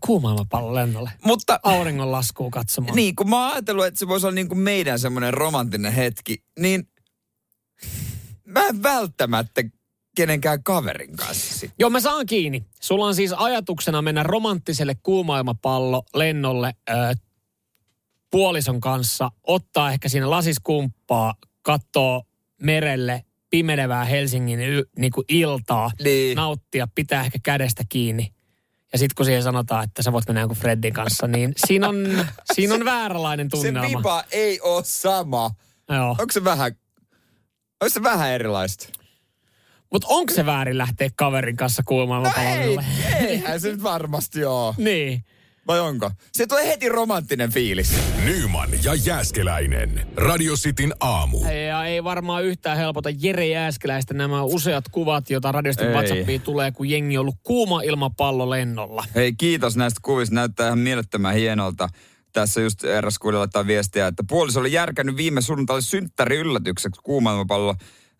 Speaker 3: Kuumailma pallon lennolle.
Speaker 2: Mutta
Speaker 3: Auringon laskuu katsomaan.
Speaker 2: Niin, kun mä oon ajatellut, että se voisi olla niin kuin meidän semmoinen romanttinen hetki, niin mä en välttämättä kenenkään kaverin kanssa. sit.
Speaker 3: Joo, mä saan kiinni. Sulla on siis ajatuksena mennä romanttiselle kuumailmapallo lennolle ö, puolison kanssa, ottaa ehkä siinä lasiskumppaa, katsoo merelle pimenevää Helsingin y, niin kuin iltaa,
Speaker 2: Niin.
Speaker 3: nauttia, pitää ehkä kädestä kiinni. Ja sitten kun siihen sanotaan, että sä voit mennä jonkun Freddin kanssa, niin siinä on, siinä on vääränlainen
Speaker 2: Se
Speaker 3: tunnelma.
Speaker 2: vipa ei ole sama.
Speaker 3: Joo.
Speaker 2: Onko se vähän, onko se vähän erilaista?
Speaker 3: Mutta onko se väärin lähteä kaverin kanssa kuumailmapallon
Speaker 2: ei,
Speaker 3: lennolle?
Speaker 2: eihän se nyt varmasti ole.
Speaker 3: Niin.
Speaker 2: Vai onko? Se tulee heti romanttinen fiilis.
Speaker 1: Nyman ja Jääskeläinen. Radio Cityn aamu.
Speaker 3: Ja ei varmaan yhtään helpota Jere Jääskeläistä nämä useat kuvat, joita radiosta
Speaker 2: Ei.
Speaker 3: WhatsAppiin tulee, kun jengi on ollut kuuma ilmapallo lennolla.
Speaker 2: Hei, kiitos näistä kuvista. Näyttää ihan mielettömän hienolta. Tässä just eräs kuulija laittaa viestiä, että puoliso oli järkännyt viime sunnuntaille synttäri yllätykseksi kuumailmapallo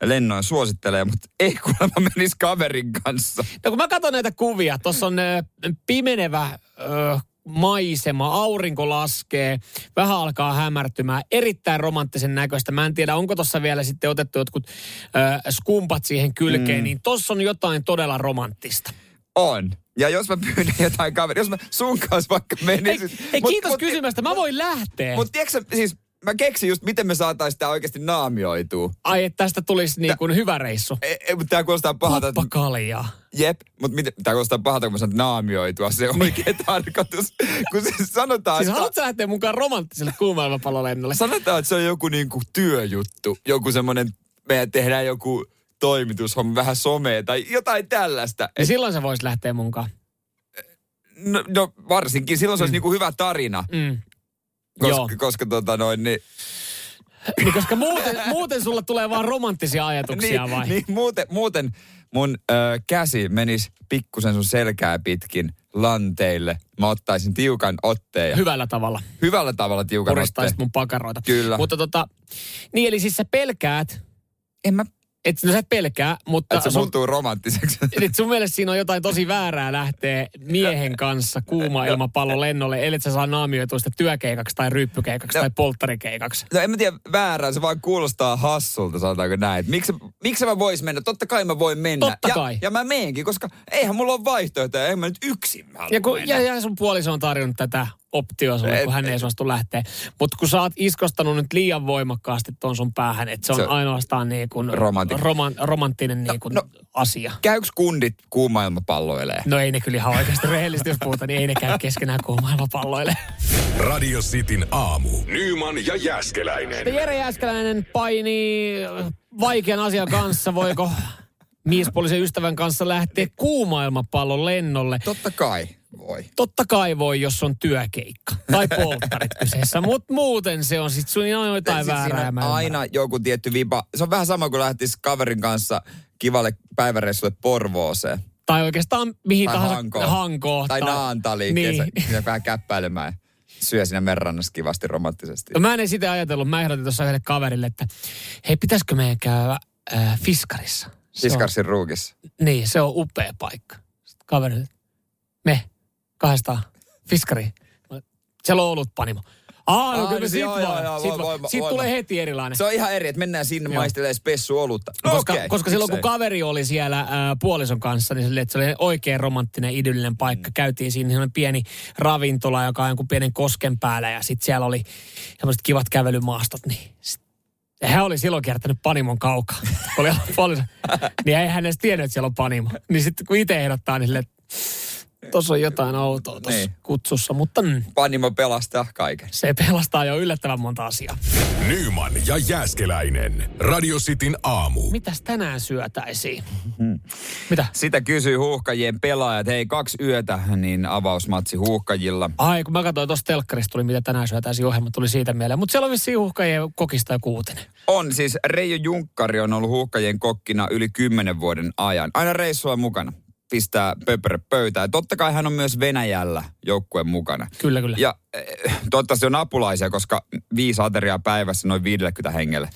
Speaker 2: lennoin suosittelee, mutta ei kuulemma menisi kaverin kanssa.
Speaker 3: No kun mä katson näitä kuvia, tuossa on ö, pimenevä ö, maisema, aurinko laskee, vähän alkaa hämärtymään, erittäin romanttisen näköistä. Mä en tiedä, onko tuossa vielä sitten otettu jotkut äh, skumpat siihen kylkeen, mm. niin tossa on jotain todella romanttista.
Speaker 2: On. Ja jos mä pyydän jotain kaveria, jos mä sun kanssa vaikka menisin.
Speaker 3: Ei, ei kiitos kysymästä, mä voin lähteä.
Speaker 2: Mutta tiedätkö sä, siis mä keksin just, miten me saatais tää oikeasti naamioitua.
Speaker 3: Ai, että tästä tulisi niin kuin hyvä reissu.
Speaker 2: E, e, mut tää kuulostaa pahalta. että-
Speaker 3: Kuppa kaljaa.
Speaker 2: Jep, mutta miten, tää kuulostaa pahalta, kun mä sanon naamioitua. Se on oikea tarkoitus. Kun siis sanotaan,
Speaker 3: Niin. Siis haluatko sä lähteä mukaan romanttiselle kuumailmapalolennolle?
Speaker 2: Sanotaan, että se on joku niinku työjuttu, joku semmoinen, me tehdään joku toimitushomma, vähän somea tai jotain tällaista.
Speaker 3: Ja
Speaker 2: Et,
Speaker 3: silloin sä vois lähteä mukaan.
Speaker 2: no, no, varsinkin, silloin se olisi niinku hyvä tarina,
Speaker 3: Mm. Joo.
Speaker 2: koska, koska tota noin, niin,
Speaker 3: Niin, koska muuten, muuten sulla tulee vaan romanttisia ajatuksia
Speaker 2: niin,
Speaker 3: vai?
Speaker 2: niin muuten, muuten mun ö, käsi menisi pikkusen sun selkää pitkin lanteille. Mä ottaisin tiukan otteen. ja
Speaker 3: Hyvällä tavalla.
Speaker 2: hyvällä tavalla tiukan otteen.
Speaker 3: Koristaisit mun pakaroita.
Speaker 2: Kyllä.
Speaker 3: Mutta tota, niin eli siis sä pelkäät,
Speaker 2: En mä,
Speaker 3: et, no sä et pelkää, mutta
Speaker 2: että se
Speaker 3: sun-
Speaker 2: muuttuu romanttiseksi.
Speaker 3: Eli sun mielestä siinä on jotain tosi väärää lähteä miehen kanssa kuuma ilmapallo lennolle, ellei sä saa naamioitua sitä työkeikaksi tai ryyppykeikaksi
Speaker 2: No.
Speaker 3: tai polttarikeikaksi.
Speaker 2: No en mä tiedä väärää, se vaan kuulostaa hassulta, sanotaanko näin. Et Miksi, miksi mä vois mennä? Totta kai mä voin mennä.
Speaker 3: Totta
Speaker 2: ja,
Speaker 3: kai.
Speaker 2: ja mä meenkin, koska eihän mulla ole vaihtoehtoja, eihän mä nyt yksin mä
Speaker 3: Ja, kun, ja, ja sun puoliso on tarjonnut tätä optioa sulle,
Speaker 2: Et-
Speaker 3: kun hän ei suostu lähteä. Mutta kun sä oot iskostanut nyt liian voimakkaasti tuon sun päähän, että se on
Speaker 2: Se-
Speaker 3: ainoastaan niin kuin
Speaker 2: Romantik-
Speaker 3: roman, romanttinen niin kuin
Speaker 2: no.
Speaker 3: asia.
Speaker 2: Käyks kundit kuumailmapalloilee?
Speaker 3: No ei ne kyllä ihan oikeasti rehellisesti, jos puhutaan, niin ei ne käy keskenään kuumailmapalloille.
Speaker 1: Radio Cityn aamu. Nyman ja Jääskeläinen.
Speaker 3: Sitten No Jere Jääskeläinen painii vaikean asian kanssa. Voiko miespuolisen ystävän kanssa lähteä kuumailmapallon lennolle?
Speaker 2: Totta kai voi.
Speaker 3: Totta kai voi, jos on työkeikka tai polttarit kyseessä, mutta muuten se on sitten sun ihan jotain
Speaker 2: Siis
Speaker 3: väärää.
Speaker 2: siinä
Speaker 3: ja
Speaker 2: on
Speaker 3: mä ymmärrän.
Speaker 2: aina joku tietty vipa. Se on vähän sama kuin lähtis kaverin kanssa kivalle päiväreissulle Porvooseen.
Speaker 3: Tai oikeastaan mihin
Speaker 2: Tai
Speaker 3: Niin, tahansa
Speaker 2: Hankoon.
Speaker 3: hankoon
Speaker 2: Tai Naantaliin.
Speaker 3: Niin.
Speaker 2: Niin. Siinä vähän käppäilemään. ja Syö siinä merrannassa kivasti romanttisesti.
Speaker 3: No mä en sitä ajatellut. Mä ehdotin tuossa yhdelle kaverille, että hei, pitäisikö meidän käydä äh, Fiskarissa? Se on-
Speaker 2: Siskarsin ruukissa.
Speaker 3: Niin, se on upea paikka. Sitten kaveri, me, kahdestaan, fiskari. Siellä on ollut panimo. Aa, no
Speaker 2: Aa,
Speaker 3: kyllä
Speaker 2: niin
Speaker 3: sit
Speaker 2: joo,
Speaker 3: voi.
Speaker 2: joo, joo,
Speaker 3: Sit
Speaker 2: voi,
Speaker 3: voi.
Speaker 2: voi, voi,
Speaker 3: Siitä
Speaker 2: voi.
Speaker 3: tulee heti erilainen.
Speaker 2: Se on ihan eri, että mennään sinne
Speaker 3: Niin. Joo.
Speaker 2: maistelee spessu olutta. No
Speaker 3: Koska,
Speaker 2: okei,
Speaker 3: koska silloin kun
Speaker 2: miksei.
Speaker 3: kaveri oli siellä ää, puolison kanssa, niin silleen, että se oli oikein romanttinen, idyllinen paikka. Mm. Käytiin siinä sellainen pieni ravintola, joka on jonkun pienen kosken päällä ja sitten siellä oli semmoiset kivat kävelymaastot. Niin sit, ja hän oli silloin kiertänyt Panimon kaukaa. oli ihan puoliso. Niin ei hän edes tiennyt, että siellä on Panimo. Niin sitten kun itse ehdottaa, niin silleen, että tuossa on jotain outoa tuossa
Speaker 2: Niin.
Speaker 3: kutsussa, mutta mm,
Speaker 2: Panimo pelastaa kaiken.
Speaker 3: se pelastaa jo yllättävän monta asiaa.
Speaker 1: Nyman ja Jääskeläinen. Radio Cityn aamu.
Speaker 3: Mitäs tänään syötäisiin?
Speaker 2: Hmm.
Speaker 3: Mitä?
Speaker 2: Sitä kysyy huuhkajien pelaajat. Hei, kaksi yötä, niin avausmatsi huuhkajilla.
Speaker 3: Ai, kun mä katsoin tuossa telkkarista tuli, mitä tänään syötäisiin ohjelma, tuli siitä mieleen. Mutta siellä on vissiin uhkajia kokista ja kuutinen.
Speaker 2: On siis, Reijo Junkkari on ollut huuhkajien kokkina yli kymmenen vuoden ajan. Aina reissulla mukana pistää pöperö pöytään. Totta kai hän on myös Venäjällä joukkueen mukana.
Speaker 3: Kyllä, kyllä.
Speaker 2: Ja eh, toivottavasti on apulaisia, koska viisi ateriaa päivässä noin 50 hengelle.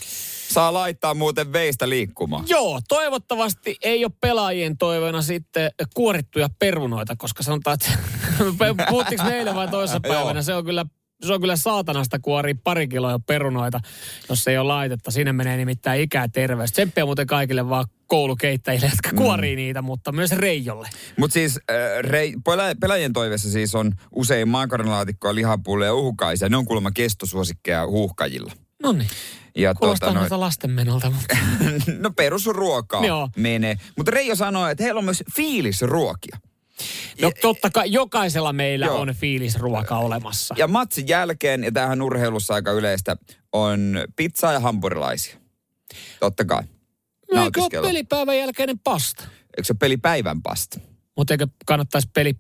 Speaker 2: Saa laittaa muuten veistä liikkumaan.
Speaker 3: Joo, toivottavasti ei ole pelaajien toiveena sitten kuorittuja perunoita, koska sanotaan, että puhuttiinko me eilen vai toissapäivänä,
Speaker 2: Joo.
Speaker 3: se on kyllä se on kyllä saatanasta kuori pari kiloa perunoita, jos ei ole laitetta. Siinä menee nimittäin ikää terveys. Tsemppiä muuten kaikille vaan koulukeittäjille, jotka
Speaker 2: Mm.
Speaker 3: kuorii niitä, mutta myös Reijolle.
Speaker 2: Mutta siis äh, rei, pelä- pelaajien toiveessa siis on usein maakaronilaatikkoa, lihapulleja ja uhkaisia. Ne on kuulemma kestosuosikkeja huuhkajilla.
Speaker 3: No niin,
Speaker 2: Ja tuota
Speaker 3: kuulostaa
Speaker 2: Tota noin-
Speaker 3: noita lastenmenolta, mutta
Speaker 2: no perusruokaa
Speaker 3: Joo.
Speaker 2: menee. Mutta Reijo sanoi, että heillä on myös fiilisruokia.
Speaker 3: No totta kai, jokaisella meillä
Speaker 2: Joo.
Speaker 3: on fiilisruoka olemassa.
Speaker 2: Ja matsin jälkeen, ja tämähän urheilussa aika yleistä, on pizzaa ja hampurilaisia. Totta kai.
Speaker 3: No
Speaker 2: No,
Speaker 3: Eikö ole
Speaker 2: nautiskella.
Speaker 3: pelipäivän jälkeinen pasta?
Speaker 2: Eikö se peli päivän pasta?
Speaker 3: Mutta eikö kannattaisi peli,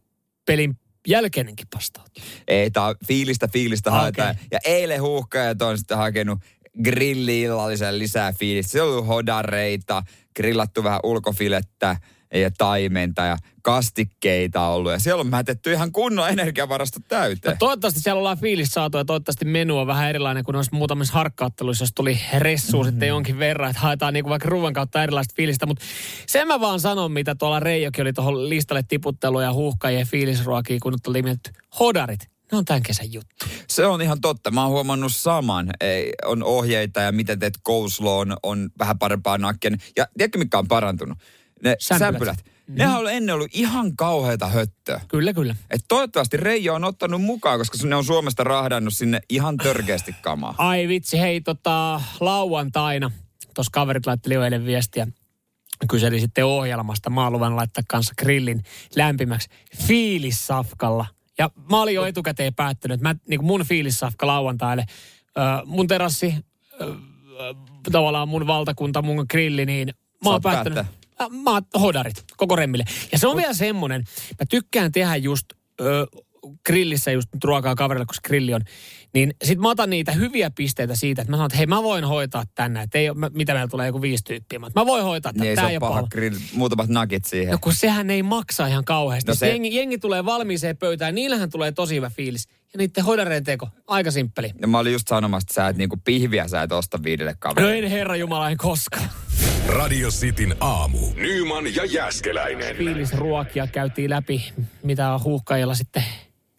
Speaker 3: pelin jälkeinenkin pasta ottaa?
Speaker 2: Ei, tää on fiilistä fiilistä
Speaker 3: Okei.
Speaker 2: haetaan. Ja eilen huuhkajat on sitten hakenut grilli-illallisen lisää fiilistä. Siellä on ollut hodareita, grillattu vähän ulkofilettä ja taimenta ja kastikkeita on ollut. Ja siellä on mätetty ihan kunnon energiavarasto
Speaker 3: No
Speaker 2: täyteen.
Speaker 3: toivottavasti siellä ollaan fiilis saatu ja toivottavasti menu on vähän erilainen kuin noissa muutamissa harkkaatteluissa, jos tuli ressuu mm-hmm. sitten jonkin verran, että haetaan niinku vaikka ruoan kautta erilaista fiilistä. Mutta sen mä vaan sanon, mitä tuolla Reijokin oli tuohon listalle tiputtelu ja huuhkajien fiilisruokia, kun nyt oli nimetty hodarit. Ne on tämän kesän juttu.
Speaker 2: Se on ihan totta. Mä oon huomannut saman. Ei, on ohjeita ja miten teet coleslaw on, on vähän parempaa nakken. Ja tiedätkö mikä on parantunut? Ne
Speaker 3: Sämpylät. Mm-hmm.
Speaker 2: sämpylät. sämpylät. Mm. Nehän on ennen ollut ihan kauheita höttöä.
Speaker 3: Kyllä, kyllä.
Speaker 2: Et toivottavasti Reijo on ottanut mukaan, koska ne on Suomesta rahdannut sinne ihan törkeästi kamaa.
Speaker 3: Ai vitsi, hei tota, lauantaina, tuossa kaverit laitteli jo eilen viestiä, kyseli sitten ohjelmasta, mä oon luvannut laittaa kanssa grillin lämpimäksi fiilissafkalla. Ja mä olin jo etukäteen päättänyt, että mä, niin kuin mun fiilissafka lauantaille, ö, mun terassi, ö, ö, tavallaan mun valtakunta, mun grilli, niin mä oon
Speaker 2: Saat
Speaker 3: päättänyt.
Speaker 2: päättää.
Speaker 3: Ä, Mä oon hodarit koko remmille. Ja se on vielä semmonen, mä tykkään tehdä just ö, grillissä just nyt ruokaa kaverille, koska grilli on. Niin sit mä otan niitä hyviä pisteitä siitä, että mä sanon, että hei mä voin hoitaa tänne. Että ei, oo- mä, mitä meillä tulee joku viisi tyyppiä. Mä, oon, mä voin hoitaa
Speaker 2: Niin
Speaker 3: tänne.
Speaker 2: ei se
Speaker 3: Tää
Speaker 2: ole
Speaker 3: ei
Speaker 2: paha
Speaker 3: ole
Speaker 2: grill, muutamat nakit siihen.
Speaker 3: No kun sehän ei maksa ihan kauheasti. No
Speaker 2: No
Speaker 3: se...
Speaker 2: se-
Speaker 3: jengi, jengi tulee valmiiseen pöytään, niillähän tulee tosi hyvä fiilis. Ja niiden hoidareen teko, aika simppeli.
Speaker 2: Ja mä olin just sanomassa, että sä et niinku pihviä sä et osta viidelle
Speaker 3: No
Speaker 2: kaverille.
Speaker 3: en herra Jumala, en koskaan.
Speaker 1: Radio Cityn aamu. Nyman ja Jäskeläinen.
Speaker 3: fiilisruokia käytiin läpi, mitä on huuhkajilla sitten.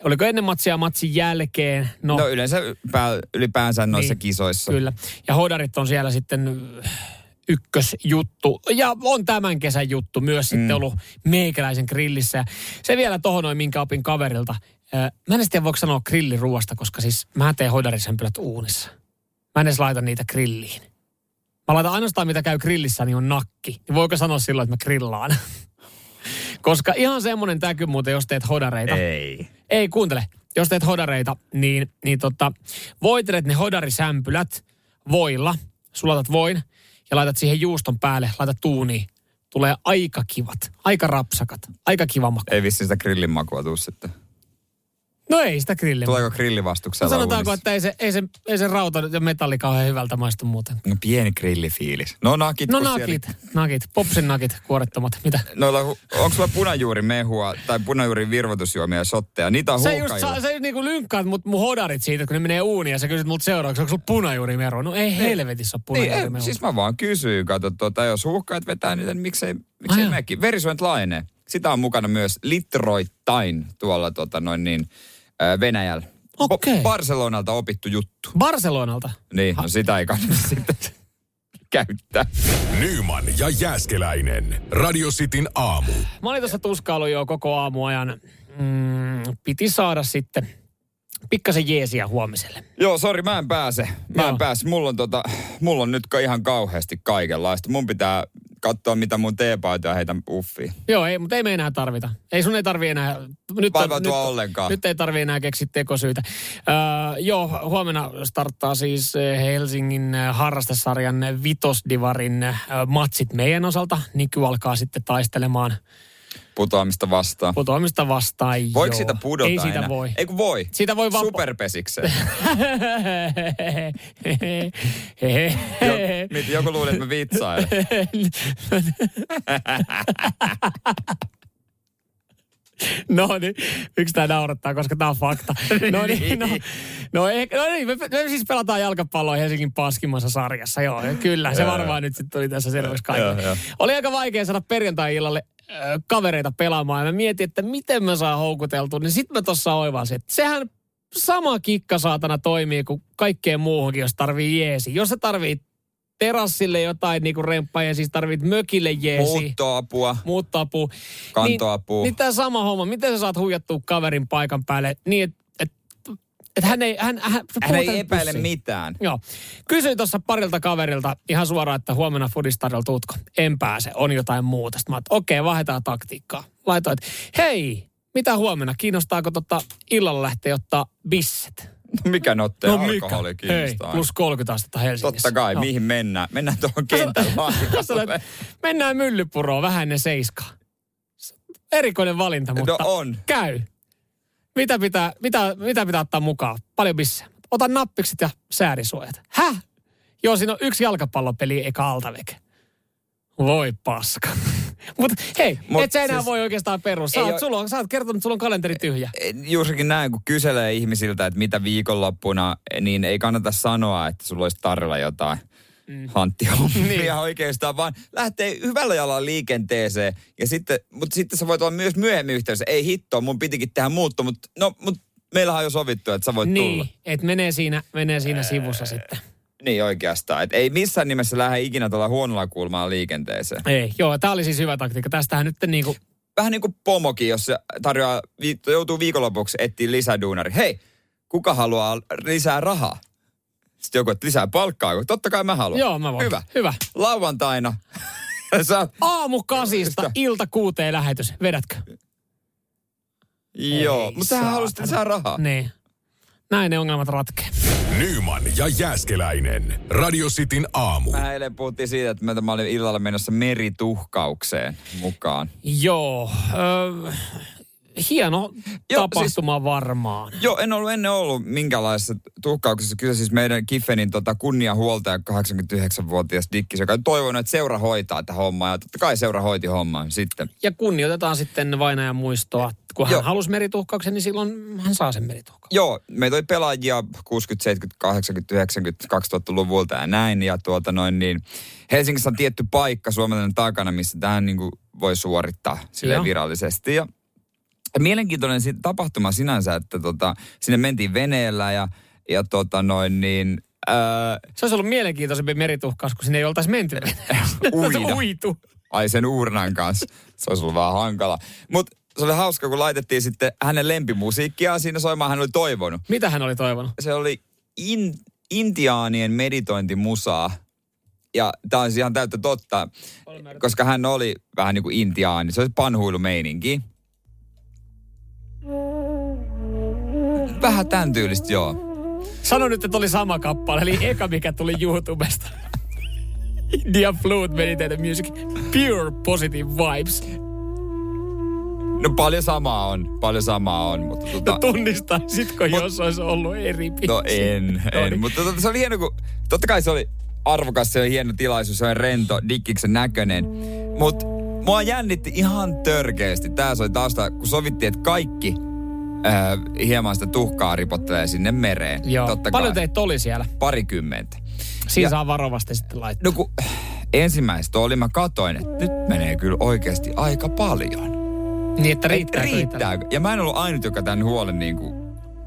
Speaker 3: Oliko ennen matsia ja matsin jälkeen? No,
Speaker 2: No yleensä pää, ylipäänsä noissa niin,
Speaker 3: Niin,
Speaker 2: kisoissa.
Speaker 3: kyllä. Ja hodarit on siellä sitten äh, ykkösjuttu. Ja on tämän kesän juttu myös sitten mm. ollut meikäläisen grillissä. Ja Se vielä tohon noin, minkä opin kaverilta. Ö, Mä en edes tiedä, voiko sanoa grilliruoasta, koska siis mä teen hodarisempylät uunissa. Mä en edes laita niitä grilliin. Mä laitan ainoastaan, mitä käy grillissä, niin on nakki. Niin voiko sanoa silloin, että mä grillaan? Koska ihan semmonen täky muuten, jos teet hodareita.
Speaker 2: Ei.
Speaker 3: Ei, kuuntele. Jos teet hodareita, niin, niin tota, voitelet ne hodarisämpylät voilla. Sulatat voin ja laitat siihen juuston päälle, laitat tuuniin. Tulee aika kivat, aika rapsakat, aika kiva maku.
Speaker 2: Ei vissi sitä grillin makua tuu sitten.
Speaker 3: No ei sitä grillin.
Speaker 2: Tuleeko grillivastuksella
Speaker 3: No Sanotaanko,
Speaker 2: uunissa?
Speaker 3: että ei se, ei se, ei se rauta ja metalli kauhean hyvältä maistu muuten.
Speaker 2: No pieni grillifiilis. No nakit.
Speaker 3: No
Speaker 2: kun
Speaker 3: nakit,
Speaker 2: Siellä...
Speaker 3: nakit, popsin nakit, kuorettomat, mitä?
Speaker 2: Noilla, hu- onko sulla punajuuri mehua tai punajuuri virvoitusjuomia ja shotteja? Niitä on
Speaker 3: Sä just,
Speaker 2: huuhkajilla.
Speaker 3: sä, sä just niinku lynkkaat mut mun hodarit siitä, kun ne menee uuniin ja sä kysyt mut seuraavaksi, onko sulla punajuurimeru? No ei helvetissä ole
Speaker 2: Niin, ei,
Speaker 3: punajuurimeru.
Speaker 2: siis mä vaan kysyin, kato, tuota, jos huuhkajat vetää niitä, niin miksei, miksei
Speaker 3: Ai joo.
Speaker 2: mekin. Verisuonet laajenee. Sitä on mukana myös litroittain tuolla tuota, noin niin, ää, Venäjällä. Bo-
Speaker 3: Okei.
Speaker 2: Barcelonalta opittu juttu.
Speaker 3: Barcelonalta.
Speaker 2: Niin, no sitä ei kannata sitten käyttää.
Speaker 1: Nyman ja Jäskeläinen. Radio Cityn aamu.
Speaker 3: Mä olin tuossa tuskailu jo koko aamuajan. Mm, piti saada sitten pikkasen jeesiä huomiselle.
Speaker 2: Joo, sori, mä en pääse. Mä
Speaker 3: Joo.
Speaker 2: en pääse. Mulla on, tota, mulla on nyt ka- ihan kauheasti kaikenlaista. Mun pitää katsoa, mitä mun teepaitoja heitän uffiin.
Speaker 3: Joo, ei, mutta ei me enää tarvita. Ei sun ei tarvi enää. Nyt, nyt,
Speaker 2: Vaivautua ollenkaan.
Speaker 3: nyt ei tarvi enää keksiä tekosyitä. Öö, joo, huomenna starttaa siis eh, Helsingin eh, harrastesarjan Vitosdivarin eh, matsit meidän osalta. Niky alkaa sitten taistelemaan
Speaker 2: Putoamista vastaan.
Speaker 3: putoamista vastaan.
Speaker 2: Voiko
Speaker 3: Joo.
Speaker 2: siitä pudota
Speaker 3: Ei siitä
Speaker 2: enää?
Speaker 3: voi.
Speaker 2: Ei kun voi.
Speaker 3: Siitä voi vaan-
Speaker 2: Superpesikseen.
Speaker 3: Ei.
Speaker 2: Joku, joku luulee, että mä vitsailen.
Speaker 3: No niin, yksi tää naurattaa, koska tää on fakta. No niin, no, no, ehkä, no niin me, me, siis pelataan jalkapalloa Helsingin paskimassa sarjassa, joo. Kyllä, se varmaan nyt sitten tuli tässä selväksi
Speaker 2: Joo,
Speaker 3: kaikille.
Speaker 2: joo.
Speaker 3: Oli aika vaikea saada perjantai-illalle ö, kavereita pelaamaan. Ja mä mietin, että miten mä saan houkuteltua, niin sitten mä tossa oivalsin, että sehän sama kikka saatana toimii kuin kaikkeen muuhunkin, jos tarvii jeesi. Jos sä tarvii terassille jotain niinku remppaa ja siis tarvit mökille jeesi, niin
Speaker 2: Muuttoapua,
Speaker 3: muuttoapua.
Speaker 2: kantoapua.
Speaker 3: Niin, niin tämä sama homma. Miten sä saat huijattua kaverin paikan päälle niin, että et, et hän ei, hän, hän,
Speaker 2: Hän
Speaker 3: puhutaan
Speaker 2: ei epäile
Speaker 3: pussiin.
Speaker 2: mitään.
Speaker 3: Joo. Kysyin tuossa parilta kaverilta ihan suoraan, että huomenna Fudistarilla tuutko? En pääse, on jotain muuta. Sitten mä oon, että okei, vaihdetaan taktiikkaa. Laitoin, että hei, mitä huomenna? Kiinnostaako tota illalla lähteä ottaa bisset?
Speaker 2: Mikä notte no, alkoholi kiinnostaa.
Speaker 3: Hei, plus 30 astetta Helsingissä.
Speaker 2: Totta kai,
Speaker 3: Joo.
Speaker 2: mihin mennään? Mennään tuohon kentän
Speaker 3: Mä sanoin,
Speaker 2: laajakalle.
Speaker 3: että mennään myllypuroon vähän ennen seiskaa. Erikoinen valinta, mutta
Speaker 2: No on.
Speaker 3: käy. Mitä pitää, mitä, mitä pitää ottaa mukaan? Paljon missä? Ota nappikset ja säärisuojat. Häh? Joo, siinä on yksi jalkapallopeli eikä altaveke. Voi paska. Mutta hei,
Speaker 2: Mut
Speaker 3: Mut et sä enää
Speaker 2: siis-
Speaker 3: siis... voi oikeastaan perus. Sä,
Speaker 2: Ei
Speaker 3: oot,
Speaker 2: oo-
Speaker 3: sulla on, sä oot kertonut, että sulla on kalenteri tyhjä.
Speaker 2: Juurikin näin, kun kyselee ihmisiltä, että mitä viikonloppuna, niin ei kannata sanoa, että sulla olisi tarjolla jotain mm. hanttihommia niin.
Speaker 3: Niin.
Speaker 2: oikeastaan, vaan lähtee hyvällä jalalla liikenteeseen. Ja sitten, mutta sitten sä voit olla myös myöhemmin yhteydessä. Ei hittoa, mun pitikin tehdä muutto, mutta no, mut meillähän on jo sovittu, että sä voit tulla.
Speaker 3: Niin, että menee siinä, menee siinä sivussa sitten.
Speaker 2: Niin oikeastaan. Et ei missään nimessä lähde ikinä tuolla huonolla kulmalla liikenteeseen.
Speaker 3: Ei, joo, tää oli siis hyvä taktiikka. Tästähän nyt niinku,
Speaker 2: Vähän niin kuin pomokin, jos se tarjoaa, vi- joutuu viikonlopuksi etsiä lisää duunari. Hei, kuka haluaa lisää rahaa? Sitten joku, että lisää palkkaa. Totta kai mä haluan.
Speaker 3: joo mä voin.
Speaker 2: Hyvä.
Speaker 3: Hyvä.
Speaker 2: Lauantaina. Sä, oot-
Speaker 3: Aamu kasista, ilta kuuteen lähetys. Vedätkö?
Speaker 2: joo, mutta hän
Speaker 3: saatana.
Speaker 2: halusi lisää rahaa.
Speaker 3: Niin. Näin ne ongelmat ratkee.
Speaker 1: Nyman ja Jääskeläinen. Radio Cityn aamu.
Speaker 2: Mä eilen puhuttiin siitä, että mä mä olin illalla menossa merituhkaukseen mukaan.
Speaker 3: Joo. Ö, hieno
Speaker 2: Joo, siis-
Speaker 3: tapahtuma varmaan.
Speaker 2: Joo, en ollut ennen ollut minkälaisessa tuhkauksessa. Kyse siis meidän Kiffenin tota, kunniahuoltaja 89-vuotias Dikkis, joka on toivonut, että seura hoitaa tätä hommaa. Ja totta kai seura hoiti homman sitten.
Speaker 3: Ja kunnioitetaan sitten vainajan muistoa. Kun hän
Speaker 2: Joo.
Speaker 3: Joo. halusi merituhkauksen, niin silloin hän saa sen merituhkauksen.
Speaker 2: Joo, meitä oli pelaajia 60, 70, 80, 90, 2000-luvulta ja näin. Ja tuota noin niin, Helsingissä on tietty paikka suomalainen takana, missä tähän niin kuin voi suorittaa sille
Speaker 3: Joo.
Speaker 2: virallisesti. Ja mielenkiintoinen si- tapahtuma sinänsä, että tota, sinne mentiin veneellä ja, ja tota noin niin, ää,
Speaker 3: Se olisi ollut mielenkiintoisempi merituhkaus, kun sinne ei oltaisi menty.
Speaker 2: Eh, Uida.
Speaker 3: Uitu.
Speaker 2: ai sen uurnan kanssa. Se olisi ollut vähän hankala. Mutta se oli hauska, kun laitettiin sitten hänen lempimusiikkiaan siinä soimaan. Hän oli toivonut.
Speaker 3: Mitä hän oli toivonut?
Speaker 2: Se oli in, intiaanien meditointimusaa. Ja tämä on siis ihan täyttä totta, koska hän oli vähän niin kuin intiaani. Se oli panhuilumeininki. Vähän tämän tyylistä, joo.
Speaker 3: Sano nyt, että oli sama kappale, eli eka mikä tuli YouTubesta. India Flute Meditative Music. Pure positive vibes.
Speaker 2: No paljon samaa on, paljon samaa on, mutta
Speaker 3: No
Speaker 2: tota...
Speaker 3: tunnistaisitko, jos olisi ollut eri biisi?
Speaker 2: No en, en. Mutta tota, se oli hieno, kun totta kai se oli arvokas, se oli hieno tilaisuus, se oli rento, dikkiksen näköinen. Mutta mua jännitti ihan törkeästi. Tää soi tausta, kun sovittiin, että kaikki äh, hieman sitä tuhkaa ripottelee sinne mereen.
Speaker 3: Joo.
Speaker 2: Totta
Speaker 3: Paljon
Speaker 2: kai.
Speaker 3: teitä oli siellä.
Speaker 2: Parikymmentä.
Speaker 3: Siinä
Speaker 2: Ja-
Speaker 3: saa varovasti sitten laittaa.
Speaker 2: No kun ensimmäistä oli, mä katoin, että nyt menee kyllä oikeasti aika paljon.
Speaker 3: No, niin, että
Speaker 2: Riittää,
Speaker 3: riittääkö itsellä?
Speaker 2: riittääkö? Ja mä en ollut ainut, joka tämän huolen niin kuin,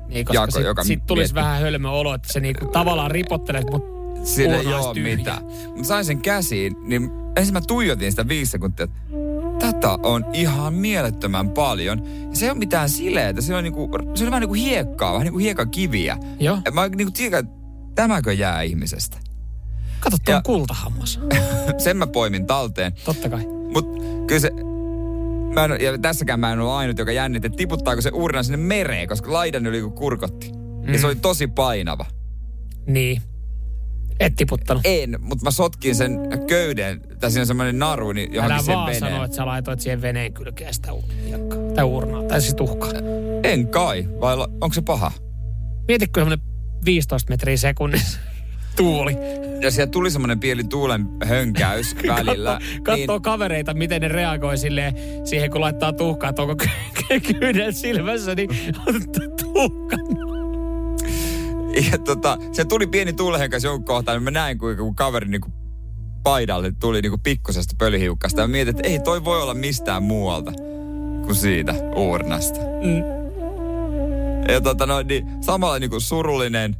Speaker 3: Niin, koska
Speaker 2: Jako,
Speaker 3: sit,
Speaker 2: joka
Speaker 3: sit tulisi
Speaker 2: mietti.
Speaker 3: vähän hölmö olo, että se niinku tavallaan ripottelet, mutta
Speaker 2: sille ei
Speaker 3: Puuha,
Speaker 2: ole
Speaker 3: tyhjä.
Speaker 2: mitään. Mutta sain sen käsiin, niin ensin mä tuijotin sitä viisi sekuntia, että tätä on ihan mielettömän paljon. Ja se ei ole mitään sileätä, se on, niinku, se on vähän niin kuin hiekkaa, vähän niin kuin hiekankiviä.
Speaker 3: Joo.
Speaker 2: Ja mä niinku tiedän, että tämäkö jää ihmisestä.
Speaker 3: kato, tuo
Speaker 2: Ja-
Speaker 3: on kultahammas.
Speaker 2: sen mä poimin talteen.
Speaker 3: Totta kai.
Speaker 2: Mutta kyllä se... Mä en, ja tässäkään mä en ole ainut, joka jännitti, että tiputtaako se urna sinne mereen, koska laidan yli kun kurkotti. Mm. Ja se oli tosi painava.
Speaker 3: Niin. Et tiputtanut.
Speaker 2: En, mutta mä sotkin sen köyden, tai siinä on semmoinen naru, niin johonkin
Speaker 3: Älä
Speaker 2: sen
Speaker 3: vaan
Speaker 2: veneen.
Speaker 3: sano, että sä laitoit siihen veneen kylkeen sitä uurniakkaa. Tai uurnaa, tai siis tuhkaa.
Speaker 2: En kai, vai la- onko se paha?
Speaker 3: Mietitkö semmonen 15 metriä sekunnissa tuuli.
Speaker 2: Ja siellä tuli semmoinen pieni tuulen hönkäys välillä.
Speaker 3: Katsoo niin. kavereita, miten ne reagoi silleen, siihen, kun laittaa tuhkaa, että onko ky- ky- kyynel silmässä, niin tuhka.
Speaker 2: niin, ja tota, se tuli pieni tuulen hönkäys jonkun kohtaan, niin mä näin, kuinka kun kaveri niinku paidalle tuli niinku pikkusesta pölyhiukkasta. Ja mietin, että ei toi voi olla mistään muualta kuin siitä uurnasta.
Speaker 3: Mm.
Speaker 2: Ja tota no, niin samalla niinku surullinen,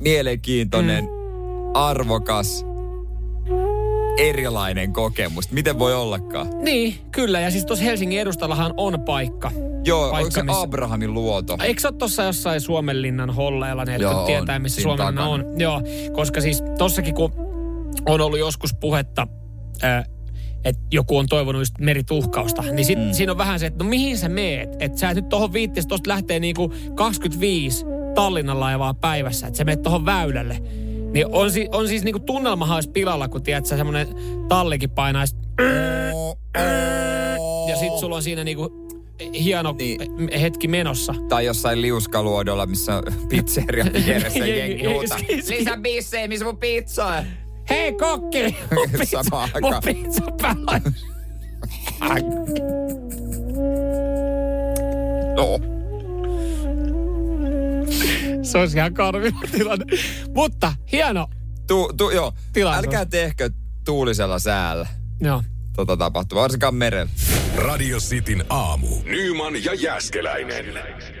Speaker 2: mielenkiintoinen, mm. arvokas, erilainen kokemus. Miten voi ollakaan?
Speaker 3: Niin, kyllä. Ja siis tuossa Helsingin edustallahan on paikka.
Speaker 2: Joo,
Speaker 3: paikka,
Speaker 2: onko se
Speaker 3: missä-
Speaker 2: Abrahamin luoto?
Speaker 3: Ai, Eikö se ole tuossa jossain Suomenlinnan holleilla, niin
Speaker 2: Joo,
Speaker 3: että
Speaker 2: on.
Speaker 3: tietää, missä
Speaker 2: Siinä
Speaker 3: Suomenlinna
Speaker 2: takana.
Speaker 3: on. Joo, koska siis tossakin kun on ollut joskus puhetta, äh, että joku on toivonut just merituhkausta, niin sit, mm. siinä on vähän se, että no mihin sä meet? Että sä et nyt tohon viittis, tosta lähtee niinku 25 Tallinnan laivaa päivässä, että sä meet tohon väylälle. Niin on, si- on siis niinku tunnelmahan olisi pilalla, kun tiedät sä semmonen tallikin painaisi ja sit sulla on siinä niinku hieno
Speaker 2: Niin.
Speaker 3: hetki menossa.
Speaker 2: Tai jossain liuskaluodolla, missä on pizzeria vieressä
Speaker 3: Jengi-
Speaker 2: jengi huutaa.
Speaker 3: jengi-
Speaker 2: Lisää bissejä, missä mun pizza on?
Speaker 3: Hei kokki! Mun pizza-
Speaker 2: Samaan
Speaker 3: Mun
Speaker 2: aikaan.
Speaker 3: pizza päällä.
Speaker 2: No.
Speaker 3: Se olisi ihan karmiva tilanne. Mutta hieno.
Speaker 2: Tu, tu, joo.
Speaker 3: Tilaisuus.
Speaker 2: Älkää tehkö tuulisella säällä
Speaker 3: Joo.
Speaker 2: tota tapahtumaa, varsinkaan merellä.
Speaker 1: Radio Cityn aamu. Nyman ja Jäskeläinen.